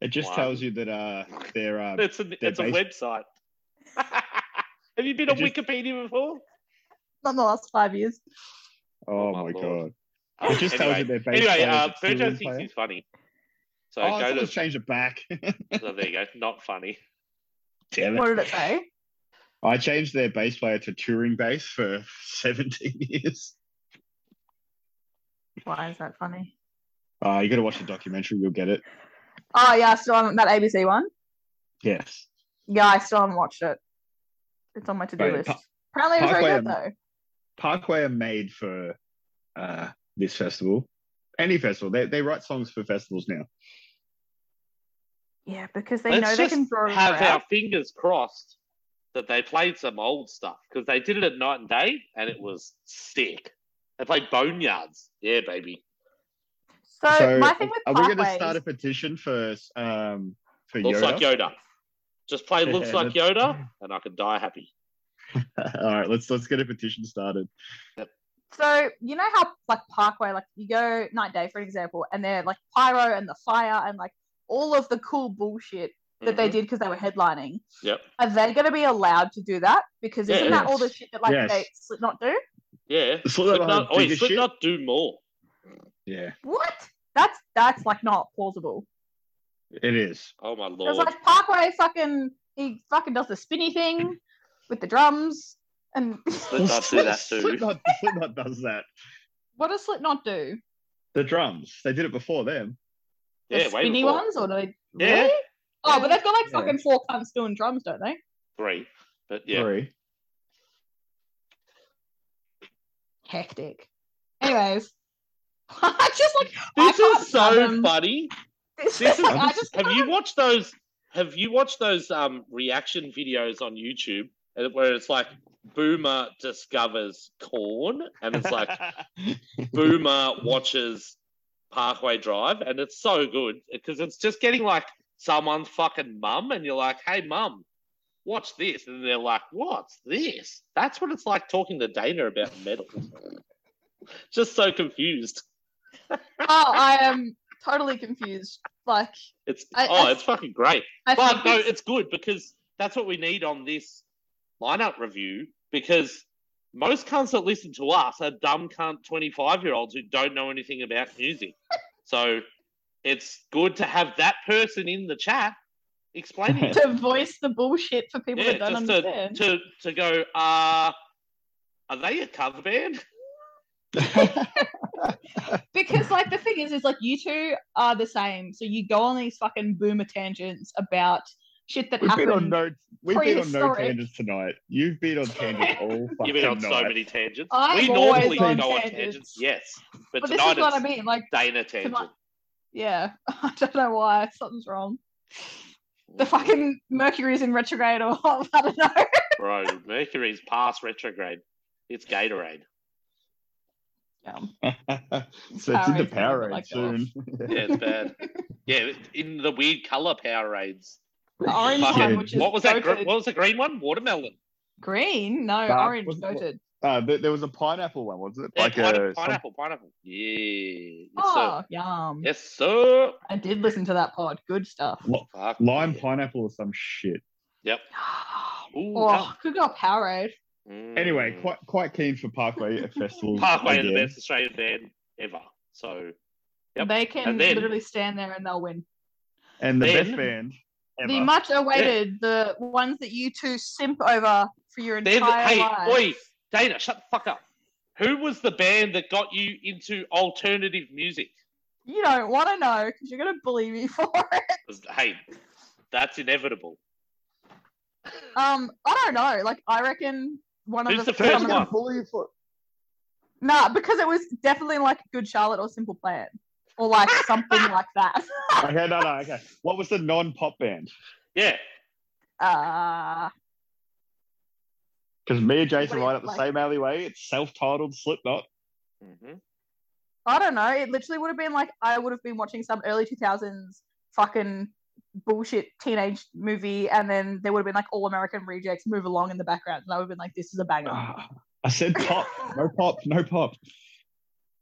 B: It just
A: Wow.
B: tells you that uh, they're uh,
A: It's a, it's a website. Have you been
B: It
A: on
B: just-
A: Wikipedia before?
C: Not in the last five years.
B: oh,
A: Oh, my
B: my
A: Lord.
B: god! It just tells you
A: anyway,
B: they're based.
A: anyway uh, Virgin
B: Virgin
A: thinks he's funny. So
B: Oh, I
A: go
B: thought
A: to.
B: let's change it back.
A: So there you go. Not funny.
B: Damn it.
C: What did it say?
B: I changed their bass player to touring bass for 17 years.
C: Why is that funny?
B: Uh, you got to watch the documentary. You'll get it.
C: Oh yeah, I still haven't that ABC one.
B: Yes.
C: Yeah, I still haven't watched it. It's on my to-do
B: Right,
C: list.
B: Pa-
C: Apparently, it was very
B: Parkway
C: good though.
B: Parkway are made for uh, this festival. Any festival. They, they write songs for festivals now.
C: Yeah, because they
A: Let's
C: know they
A: just
C: can draw a
A: Have our
C: crowd.
A: fingers crossed that they played some old stuff because they did it at night and day and it was sick. They played Boneyards. Yeah, baby.
C: So, my thing with
B: are we going to
C: Parkway,
B: start a
C: is-
B: petition for um for
A: Looks
B: Yoda?
A: like Yoda. Just play
B: Yeah,
A: Looks Like
B: that's-
A: Yoda and I can die happy.
B: All right, let's let's get a petition started.
C: so you know how like Parkway, like you go night day for example, and they're like pyro and the fire and like all of the cool bullshit that they
A: Mhm.
C: did because they were headlining.
A: Yep.
C: Are they going to be allowed to do that? Because isn't that
B: Yes.
C: all the shit that like
B: Yes.
C: they slip not do?
A: Yeah.
B: Slipknot
A: Slipknot-
B: have
A: oh, wait,
B: bigger shit?
A: Slipknot do more.
B: Yeah,
C: What? That's that's like not plausible.
B: it is.
A: Oh my
C: Because
A: lord.
C: like Parkway fucking he fucking does the spinny thing with the drums and
A: Slipknot do that too.
B: Slipknot, Slipknot does that.
C: what does Slipknot do?
B: The drums. They did it before them.
C: The
A: Yeah, way
C: spinny
A: before.
C: ones or do they
A: Yeah.
C: really? Oh, but they've got like
B: Yeah.
C: fucking four cunts doing drums, don't they?
A: Three. But yeah.
B: Sorry.
C: Hectic. Anyways. I just like
A: This
C: I can't
A: is so
C: fathom-
A: funny.
C: This
A: This
C: is
A: is-
C: like, I just
A: Have you watched those? Have you watched those um, reaction videos on YouTube uh, where it's like Boomer discovers corn and it's like Boomer watches Parkway Drive and it's so good because it's just getting like someone's fucking mum and you're like, hey mum, watch this, and they're like, what's this? That's what it's like talking to Dana about metal. just so confused.
C: Oh, I am totally confused. Like
A: It's
C: I-
A: oh,
C: I-
A: it's fucking great.
C: I
A: But
C: think
A: no,
C: it's-
A: it's good because that's what we need on this lineup review because most cunts that listen to us are dumb cunt 25 year olds who don't know anything about music. So it's good to have that person in the chat explaining it.
C: to voice the bullshit for people
A: Yeah,
C: that don't
A: just to-
C: understand.
A: to, to go, uh, are they a cover band?
C: because like the thing is is like you two are the same so you go on these fucking boomer tangents about shit that
B: We've been on
C: happened
B: no we've been on no
C: Prehistoric.
B: tangents tonight. You've been on tangents all fucking
A: You've been on so
B: night.
A: many tangents.
C: I'm
A: we
C: always
A: normally
C: on
A: go on
C: tangents.
A: tangents, yes. But,
C: but this
A: tonight
C: is what i
A: it's
C: mean like
A: Dana tangent.
C: yeah i don't know why something's wrong the fucking mercury's in retrograde or i don't know
A: Bro, Mercury's past retrograde. It's Gatorade.
C: yeah.
B: so it's in the
C: Powerade, I
B: power
C: like that
B: soon.
A: Yeah, it's bad. yeah, in the weird color Powerades.
C: the orange
A: Fucking-
C: one which is
A: What was that? gr-
C: goated.
A: What was the green one? Watermelon.
C: green no
B: Nah,
C: orange
B: wasn't-
C: goated
B: Uh, there, there was a pineapple one, wasn't it?
A: Yeah,
B: like
A: pine-
B: a some-
A: pineapple, pineapple. Yeah. Yes,
C: oh
A: sir.
C: yum
A: Yes, sir.
C: i did listen to that pod good stuff
A: Fuck
B: lime
A: yeah.
B: pineapple or some shit.
A: Ooh,
C: oh could go powerade
A: no. Mm.
B: Anyway, quite quite keen for Parkway Festival.
A: Parkway are the
B: again.
A: best Australian band ever. So Yep.
C: they can
A: then-
C: literally stand there and they'll win
B: and the
A: Then-
B: best band ever.
C: The much awaited, the ones that you two simp over for your
A: they're
C: entire
A: the, hey,
C: life.
A: oi, Dana, shut the fuck up. Who was the band that got you into alternative music?
C: You don't want to know because you're going to bully me for it.
A: Hey, that's inevitable.
C: Um, I don't know. Like, I reckon one
A: Who's
C: of the,
A: the first
C: prominent-
A: one?
B: bully for
C: Nah, because it was definitely like Good Charlotte or Simple Plan or like something like that.
B: Okay, no, no, okay. What was the non-pop band?
A: Yeah.
C: Uh,
B: Because me and Jason
C: Wait,
B: ride up the
C: like-
B: Mm-hmm. same alleyway. It's self-titled Slipknot.
A: Mhm.
C: I don't know. It literally would have been like I would have been watching some early 2000s fucking bullshit teenage movie, and then there would have been like All American Rejects move along in the background, and I would have been like, this is a
A: Oh,
C: banger.
B: Ah, I said pop. no pop. No pop.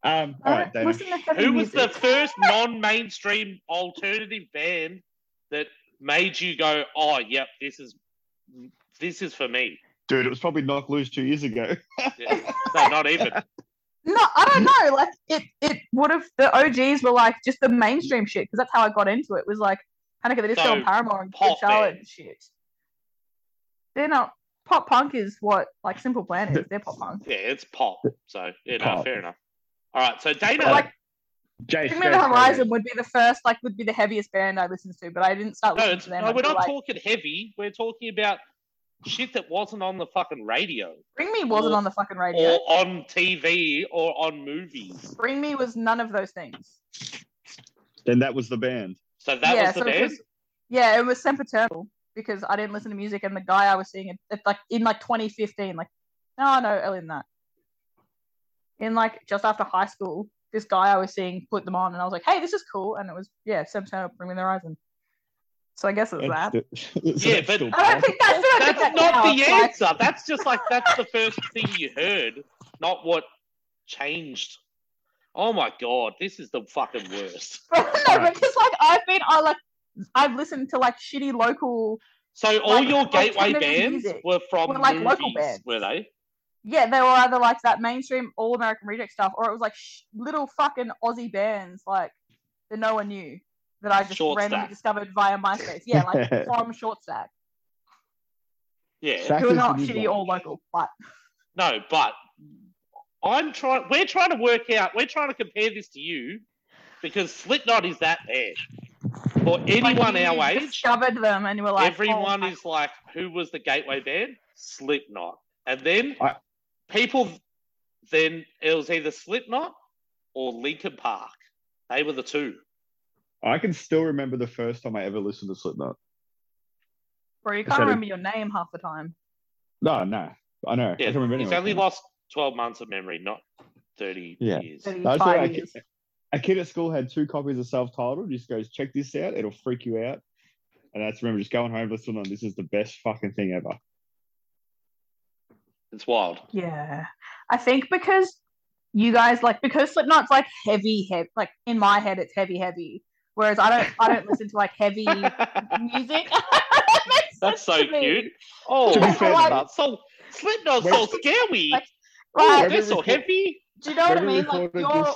B: Um, all
C: I
B: right,
C: don't
B: David.
C: listen to heavy
A: Who was the
C: music.
A: first non-mainstream alternative band that made you go, "Oh, yep, this is this is for me"?
B: Dude, it was probably knock loose two years ago.
A: Yeah. No, not even.
C: No, I don't know. Like it, it would have the OGs were like just the mainstream shit because that's how I got into it. Was like Panic at the Disco
A: So,
C: and Paramore and
A: pop
C: Good Charlotte
A: band.
C: and shit. They're not pop punk is what like Simple Plan is. They're pop punk.
A: Yeah, it's pop. So you know,
B: Pop.
A: fair enough. All right, so Dana,
C: But like
B: Jace,
C: Bring Me the
B: Jace,
C: Horizon would be the first, like would be the heaviest band I listened to, but I didn't start
A: no,
C: listening
A: it's,
C: to them.
A: no, we're
C: until,
A: not
C: like,
A: talking heavy. We're talking about shit that wasn't on the fucking radio
C: Bring Me wasn't
A: or-
C: on the fucking
A: or
C: radio.
A: on TV or on movies.
C: Bring Me was none of those things.
B: Then that was the band.
A: So that
C: yeah,
A: was the
C: so it
A: band.
C: was- yeah, it was Sempiternal because I didn't listen to music, and the guy I was seeing it, it like in like 2015, like no, no, earlier than that, in like just after high school, this guy I was seeing put them on, and I was like, hey, this is cool, and it was yeah, Sempiternal, Bring Me the Horizon. So I guess it's that.
B: That's the- so
A: Yeah,
B: that's
A: but-
B: still
C: I
B: pop.
C: don't think that's, I don't
A: that's
C: think that
A: not the
C: counts, like-
A: answer. that's just like that's the first thing you heard, not what changed. Oh my god, this is the fucking worst.
C: But no,
B: Right.
C: because like I've been, I like I've listened to like shitty local.
A: So all
C: Like,
A: your gateway
C: alternative
A: bands
C: music.
A: were from
C: Were like
A: movies,
C: local bands.
A: were they?
C: Yeah, they were either like that mainstream all American reject stuff, or it was like sh- little fucking Aussie bands like that no one knew that I just
A: Short
C: randomly
A: Stack.
C: discovered via MySpace. Yeah, like from Short Stack,
A: Yeah.
B: Sack
C: who are
B: is the
C: not
B: new
C: shitty
B: one.
C: or local, but
A: No, but I'm trying. We're trying to work out. We're trying to compare this to you because Slipknot is that bad for anyone
C: like, you
A: our age.
C: discovered them and you were like,
A: everyone
C: oh,
A: is like, who was the gateway band? Slipknot. And then
B: I-
A: people, then it was either Slipknot or Linkin Park. They were the two.
B: I can still remember the first time I ever listened to Slipknot.
C: bro, you
B: Instead
C: can't
B: of-
C: remember your name half the time.
B: No, no, I know. I
A: Yeah,
B: can remember.
A: he's
B: anyone.
A: only lost 12 months of memory, not 30
B: Yeah.
A: years.
C: So you're
B: That's what I
C: five
B: get.
C: years.
B: a kid at school had two copies of self-titled. Just goes, check this out. It'll freak you out. And I just remember just going home, listening on. This is the best fucking thing ever.
A: It's wild.
C: Yeah, I think because you guys like because Slipknot's like heavy, heavy. Like in my head, it's heavy, heavy. Whereas I don't, I don't listen to like heavy music. Makes
A: That's so
C: sense to me.
A: cute. Oh,
B: To be fair,
A: God,
B: Mark-
A: so Slipknot's so
B: Where's-
A: scary.
C: Like,
A: Oh,
C: Like,
B: Where's-
A: they're so heavy.
C: do you know what I
B: When we
C: mean? Like
B: recorded
C: you're
B: this-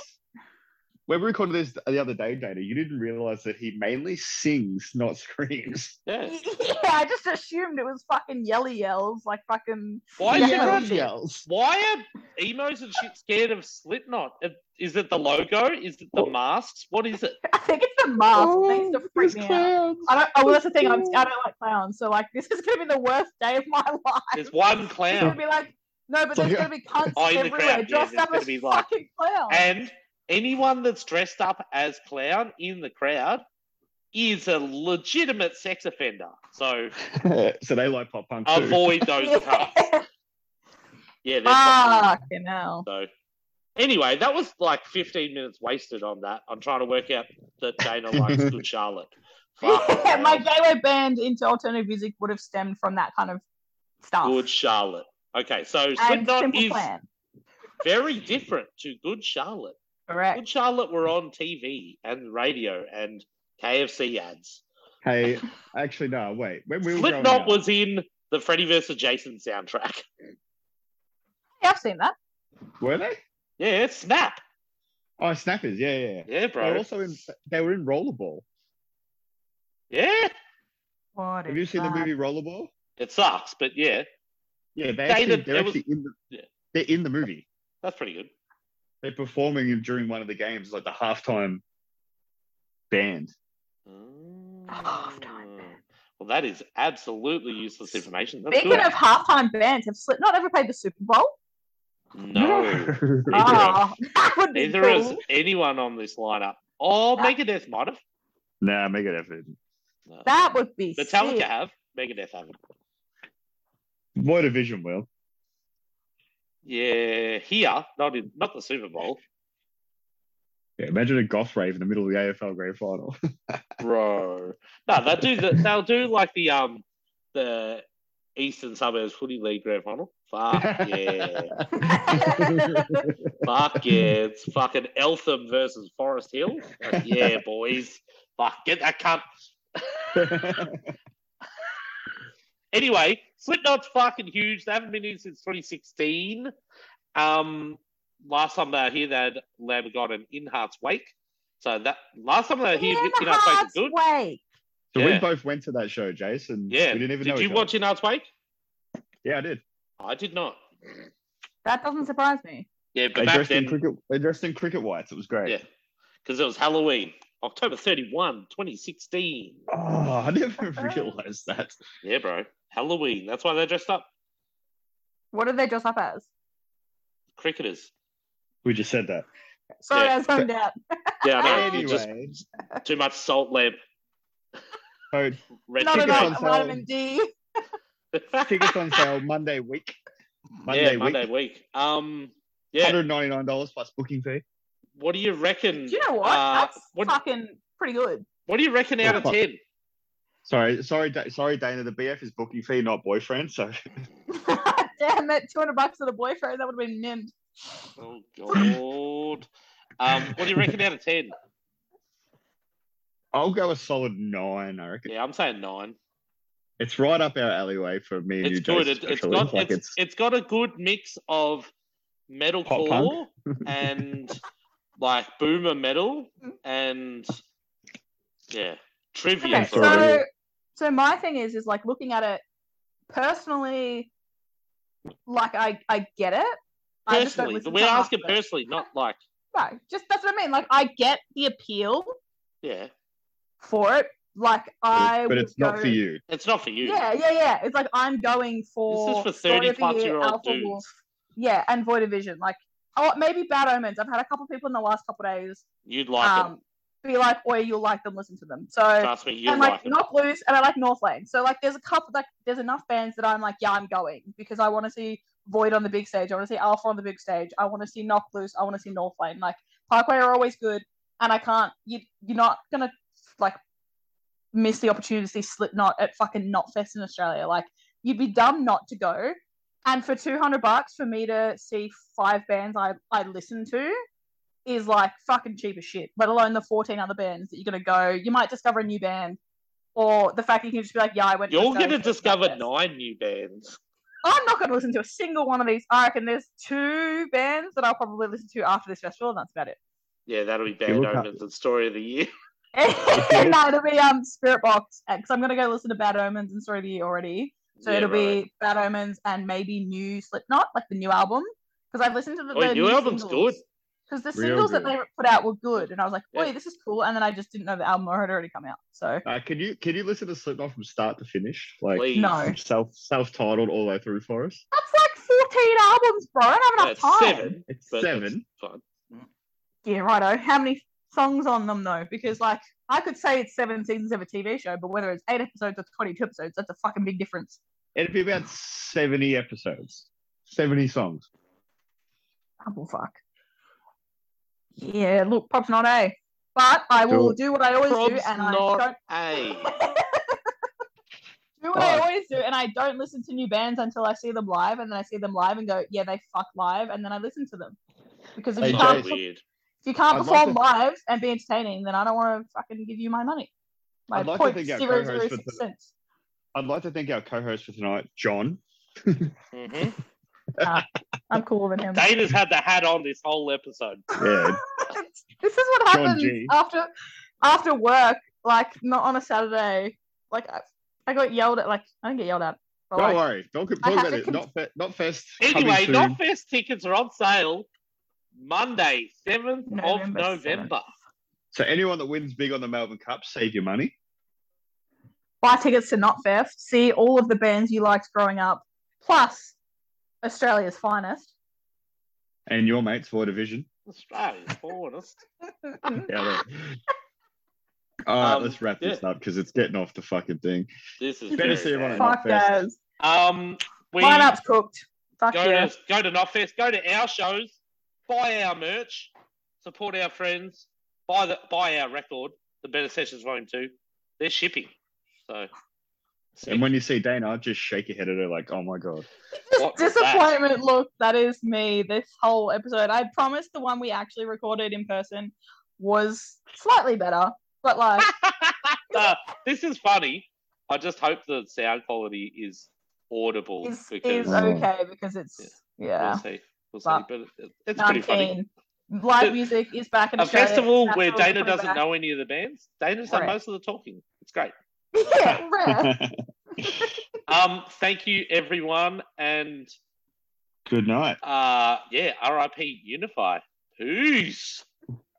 B: when we recorded this the other day, Dana, you didn't realize that he mainly sings, not screams.
A: Yeah.
C: yeah, I just assumed it was fucking yelly yells, like fucking.
A: Why
C: Yeah.
A: is everyone
B: Yells, yells.
A: Why are emos and shit scared of Slipknot? Is it the logo? Is it the masks? What is it?
C: I think it's the mask. things Oh, to freak
B: these
C: me out.
B: clowns.
C: I don't. Oh, well, that's the thing. I'm, I don't like clowns, so like this is gonna be the worst day of my life.
A: There's one
C: It's gonna
A: clown.
C: be like no, but
B: So
C: there's
B: yeah.
C: gonna be cunts
A: Oh, in the
C: everywhere
A: crowd, yeah,
C: dressed
A: there's
C: up
A: gonna
C: as
A: be, like-
C: fucking clowns.
A: And anyone that's dressed up as clown in the crowd is a legitimate sex offender. So
B: so they like pop punk too.
A: avoid those cunts.
C: yeah.
A: Yeah, they're fucking-
C: Fucking hell.
A: so anyway, that was like 15 minutes wasted on that. I'm trying to work out that Dana likes good Charlotte. Fucking
C: Yeah, my
A: hell.
C: gateway band into alternative music would have stemmed from that kind of stuff.
A: good Charlotte. Okay, so
C: and
A: Slipknot
C: Simple
A: is
C: Plan.
A: very different to Good Charlotte. Good
C: Correct.
A: Charlotte were on TV and radio and KFC ads.
B: Hey, actually, no, wait. When we were growing
A: Slipknot
B: up-
A: was in the Freddy vs. Jason soundtrack.
C: Yeah, I've seen that.
B: were they?
A: Yeah, Snap.
B: Oh, snappers. Yeah, yeah. yeah.
A: Yeah,
B: They were
A: bro.
B: also in. They were in Rollerball.
A: Yeah,
C: What
B: Have you
C: is
B: seen the
C: that?
B: movie Rollerball?
A: it sucks, but yeah,
B: Yeah, they
A: They
B: actually,
A: did-
B: they're
A: it was-
B: actually in the,
A: yeah.
B: they're in the movie.
A: that's pretty good.
B: They're performing during one of the games, like the halftime band.
C: Oh, darn it.
A: Well, that is absolutely useless information. That's
C: Speaking
A: good.
C: of halftime bands, have Slipknot ever played the Super Bowl?
A: no, Ah.
C: Oh, that would be
A: neither
C: cool.
A: is anyone on this lineup. Oh,
C: That-
A: Megadeth might have.
B: nah, make it effort.
A: No.
C: That would be
A: Metallica
C: sick.
A: have. Megadeth haven't.
B: Void of Vision will.
A: Yeah, here, not in, not the Super Bowl.
B: Yeah, imagine a goth rave in the middle of the AFL grand final.
A: bro. No, they'll do the, they'll do like the um the Eastern Suburbs Footy League Grand Final. Fuck yeah, fuck yeah! It's fucking Eltham versus Forest Hill. Like, yeah, boys. Fuck, get that cunt. Anyway, Slipknot's fucking huge. They haven't been in since 2016. Um, last time they were here, they had Lamb of God and In Heart's Wake. So that last time they were here, In Heart's Wake was good.
D: way.
B: So
A: Yeah.
B: we both went to that show, Jason.
A: Yeah.
B: we didn't even know.
A: Did you
B: each
A: watch In Heart's Wake?
B: other. Yeah, I did.
A: I did not.
C: That doesn't surprise me.
A: Yeah, but
B: They
A: back
B: dressed
A: then,
B: in cricket. They dressed in cricket whites. It was great.
A: yeah, because it was Halloween, October 31, 2016.
B: Oh, I never realized that.
A: Yeah, bro, Halloween. That's why they dressed up
C: What did they dress up as?
A: cricketers.
B: We just said that.
C: Sorry,
A: Yeah.
C: I zoned out.
A: Yeah, I know.
B: Anyway,
A: Just too much salt lamp.
B: so
A: Red
C: Not
B: tickets
C: enough
B: on sale.
C: vitamin D.
B: tickets on sale Monday week. Monday
A: yeah,
B: week.
A: Monday week. Um, yeah.
B: Hundred ninety nine dollars plus booking fee.
A: What do you reckon?
C: Do you know what?
A: uh,
C: That's
A: what,
C: fucking pretty good.
A: what do you reckon out of
B: Fuck.
A: ten?
B: Sorry, sorry, Da- sorry, Dana. The BF is booking fee, not boyfriend. So
C: Damn, that 200 bucks for the boyfriend, that would have been mint.
A: Oh god. um, what do you reckon out of ten?
B: I'll go a solid nine. I reckon
A: Yeah, I'm saying nine.
B: it's right up our alleyway for me and
A: it's
B: you.
A: good. It,
B: Jason,
A: it's
B: actually.
A: got
B: like
A: it's, it's got a good mix of metalcore and like boomer metal and yeah trivia.
C: Okay,
B: Yes,
A: bro.
B: sorry.
C: so so my thing is is like looking at it personally, like I I get it. I just don't
A: personally,
C: listen
A: we're
C: to half
A: asking
C: of it.
A: personally, not like
C: No, just that's what I mean. Like I get the appeal
A: yeah.
C: for it. Like I,
B: but
C: would
B: it's not
C: go-
B: for you.
A: It's not for you.
C: Yeah, yeah, yeah. It's like I'm going for
A: for
C: Story
A: 30
C: of the
A: plus
C: Year,
A: year old
C: Alpha
A: dudes.
C: Wolf, yeah, and Void of Vision. Like, oh, maybe Bad Omens. I've had a couple people in the last couple days
A: You'd like
C: um, be like, "Or you'll like them, listen to them." So
A: it. Trust me, you'll
C: and like,
A: like, it.
C: Knock Loose, and I like Northlane. So like, there's a couple like there's enough bands that I'm like, yeah, I'm going because I want to see Void on the big stage. I want to see Alpha on the big stage. I want to see Knock Loose. I want to see Northlane. Like Parkway are always good, and I can't. You you're not gonna like miss the opportunity to see Slipknot at fucking Knotfest in Australia. Like you'd be dumb not to go. And for two hundred bucks for me to see five bands I I listen to is like fucking cheap as shit, let alone the 14 other bands that you're going to go. You might discover a new band or the fact that you can just be like, yeah, I went.
A: You're
C: this
A: going to
C: festival,
A: discover
C: this.
A: nine new bands.
C: I'm not going to listen to a single one of these. I reckon there's two bands that I'll probably listen to after this festival, and that's about it.
A: Yeah, that'll be
B: Yeah,
A: Bad
B: we'll cut.
A: Omens and Story of the Year.
C: no, it'll be um, Spirit Box because I'm going to go listen to Bad Omens and Story of the Year already. So
A: Yeah,
C: it'll
A: right.
C: be Bad Omens and maybe new Slipknot, like the new album. Because I've listened to the,
A: Oh,
C: the
A: new album's good.
C: Because the
B: Real
C: singles that
B: good.
C: they put out were good, and I was like,
A: Yeah.
C: "Wait, this is cool." And then I just didn't know the album had already come out. So
B: Uh, can you can you listen to Slipknot from start to finish? Like
A: Please.
C: No.
B: self self titled all the way through for us.
C: That's like 14 albums, bro. I don't have
A: No,
C: enough
A: it's
C: time.
A: seven.
B: It's
A: but
B: seven.
A: it's fine.
C: Yeah, righto. How many songs on them, though? Because, like, I could say it's seven seasons of a TV show, but whether it's eight episodes or 22 episodes, that's a fucking big difference.
B: It'd be about seventy episodes, seventy songs.
C: Double Oh, fuck. Yeah, look, props not A. But I
B: Do
C: will
B: it.
C: do what I always do,
A: Prob's
C: and I
A: not
C: don't.
A: A.
C: do what I
B: Oh.
C: always do, and I don't listen to new bands until I see them live, and then I see them live and go, yeah, they fuck live, and then I listen to them. Because if
B: Hey,
C: you
A: It's
B: Jay.
C: can't
A: not weird.
C: if you can't
B: I'd like
C: perform
B: to-
C: live and be entertaining, then I don't want to fucking give you my money. My
B: I'd like to
C: point
B: think our
C: zero
B: co-host
C: zero
B: would
C: six
B: put-
C: cents.
B: I'd like to thank our co-host for tonight, John.
A: hmm
C: Mm-hmm. I'm cooler than him.
A: Dana's had the hat on this whole episode.
B: Yeah,
C: this is what
B: John
C: happens
B: G.
C: after after work, like not on a Saturday. Like I, I got yelled at. Like I didn't get yelled at. But
B: don't
C: like,
B: worry. Don't talk
C: I have
B: about
C: to
B: it.
C: con-
B: Not fe- not fest.
A: Anyway,
B: coming soon.
A: Knotfest tickets are on sale Monday, 7th of
C: November
A: November.
B: So anyone that wins big on the Melbourne Cup, save your money.
C: buy tickets to Not Theft. See all of the bands you liked growing up, plus Australia's finest.
B: And your mates for division.
A: Australia's forest.
B: Yeah, look. All right,
A: Um,
B: let's wrap this
A: yeah.
B: up because it's getting off the fucking thing.
A: This is
B: Better
A: very
B: see everyone at
A: bad.
C: Fuck
B: Knotfest.
C: yes.
A: Um, we
C: Lineup's cooked. Fuck
A: go
C: yeah.
A: to go to Knotfest, go to our shows, buy our merch, support our friends, by the by our record, the Better Sessions Volume Two, they're shipping. So
B: And when you see Dana, just shake your head at her like, oh my god.
C: This
A: What was that?
C: disappointment look, that is me this whole episode. I promised the one we actually recorded in person was slightly better, but like,
A: Ah! Uh, this is funny. I just hope the sound quality is audible
C: is, uh,
A: because
C: is
A: we'll
C: okay because it's, yeah.
A: see. We'll see.
C: But-
A: But it- it's
C: No, I'm
A: pretty funny.
C: keen. Live
A: The-
C: music is back in
A: A
C: Australia.
A: festival
C: That's
A: where
C: what we're
A: Dana
C: putting
A: doesn't
C: back.
A: know any of the bands. Dana's done
C: Right.
A: most of the talking. It's great.
C: Yeah, rare.
A: Um, thank you everyone, and
B: Good night.
A: uh, yeah, RIP Unify. Peace.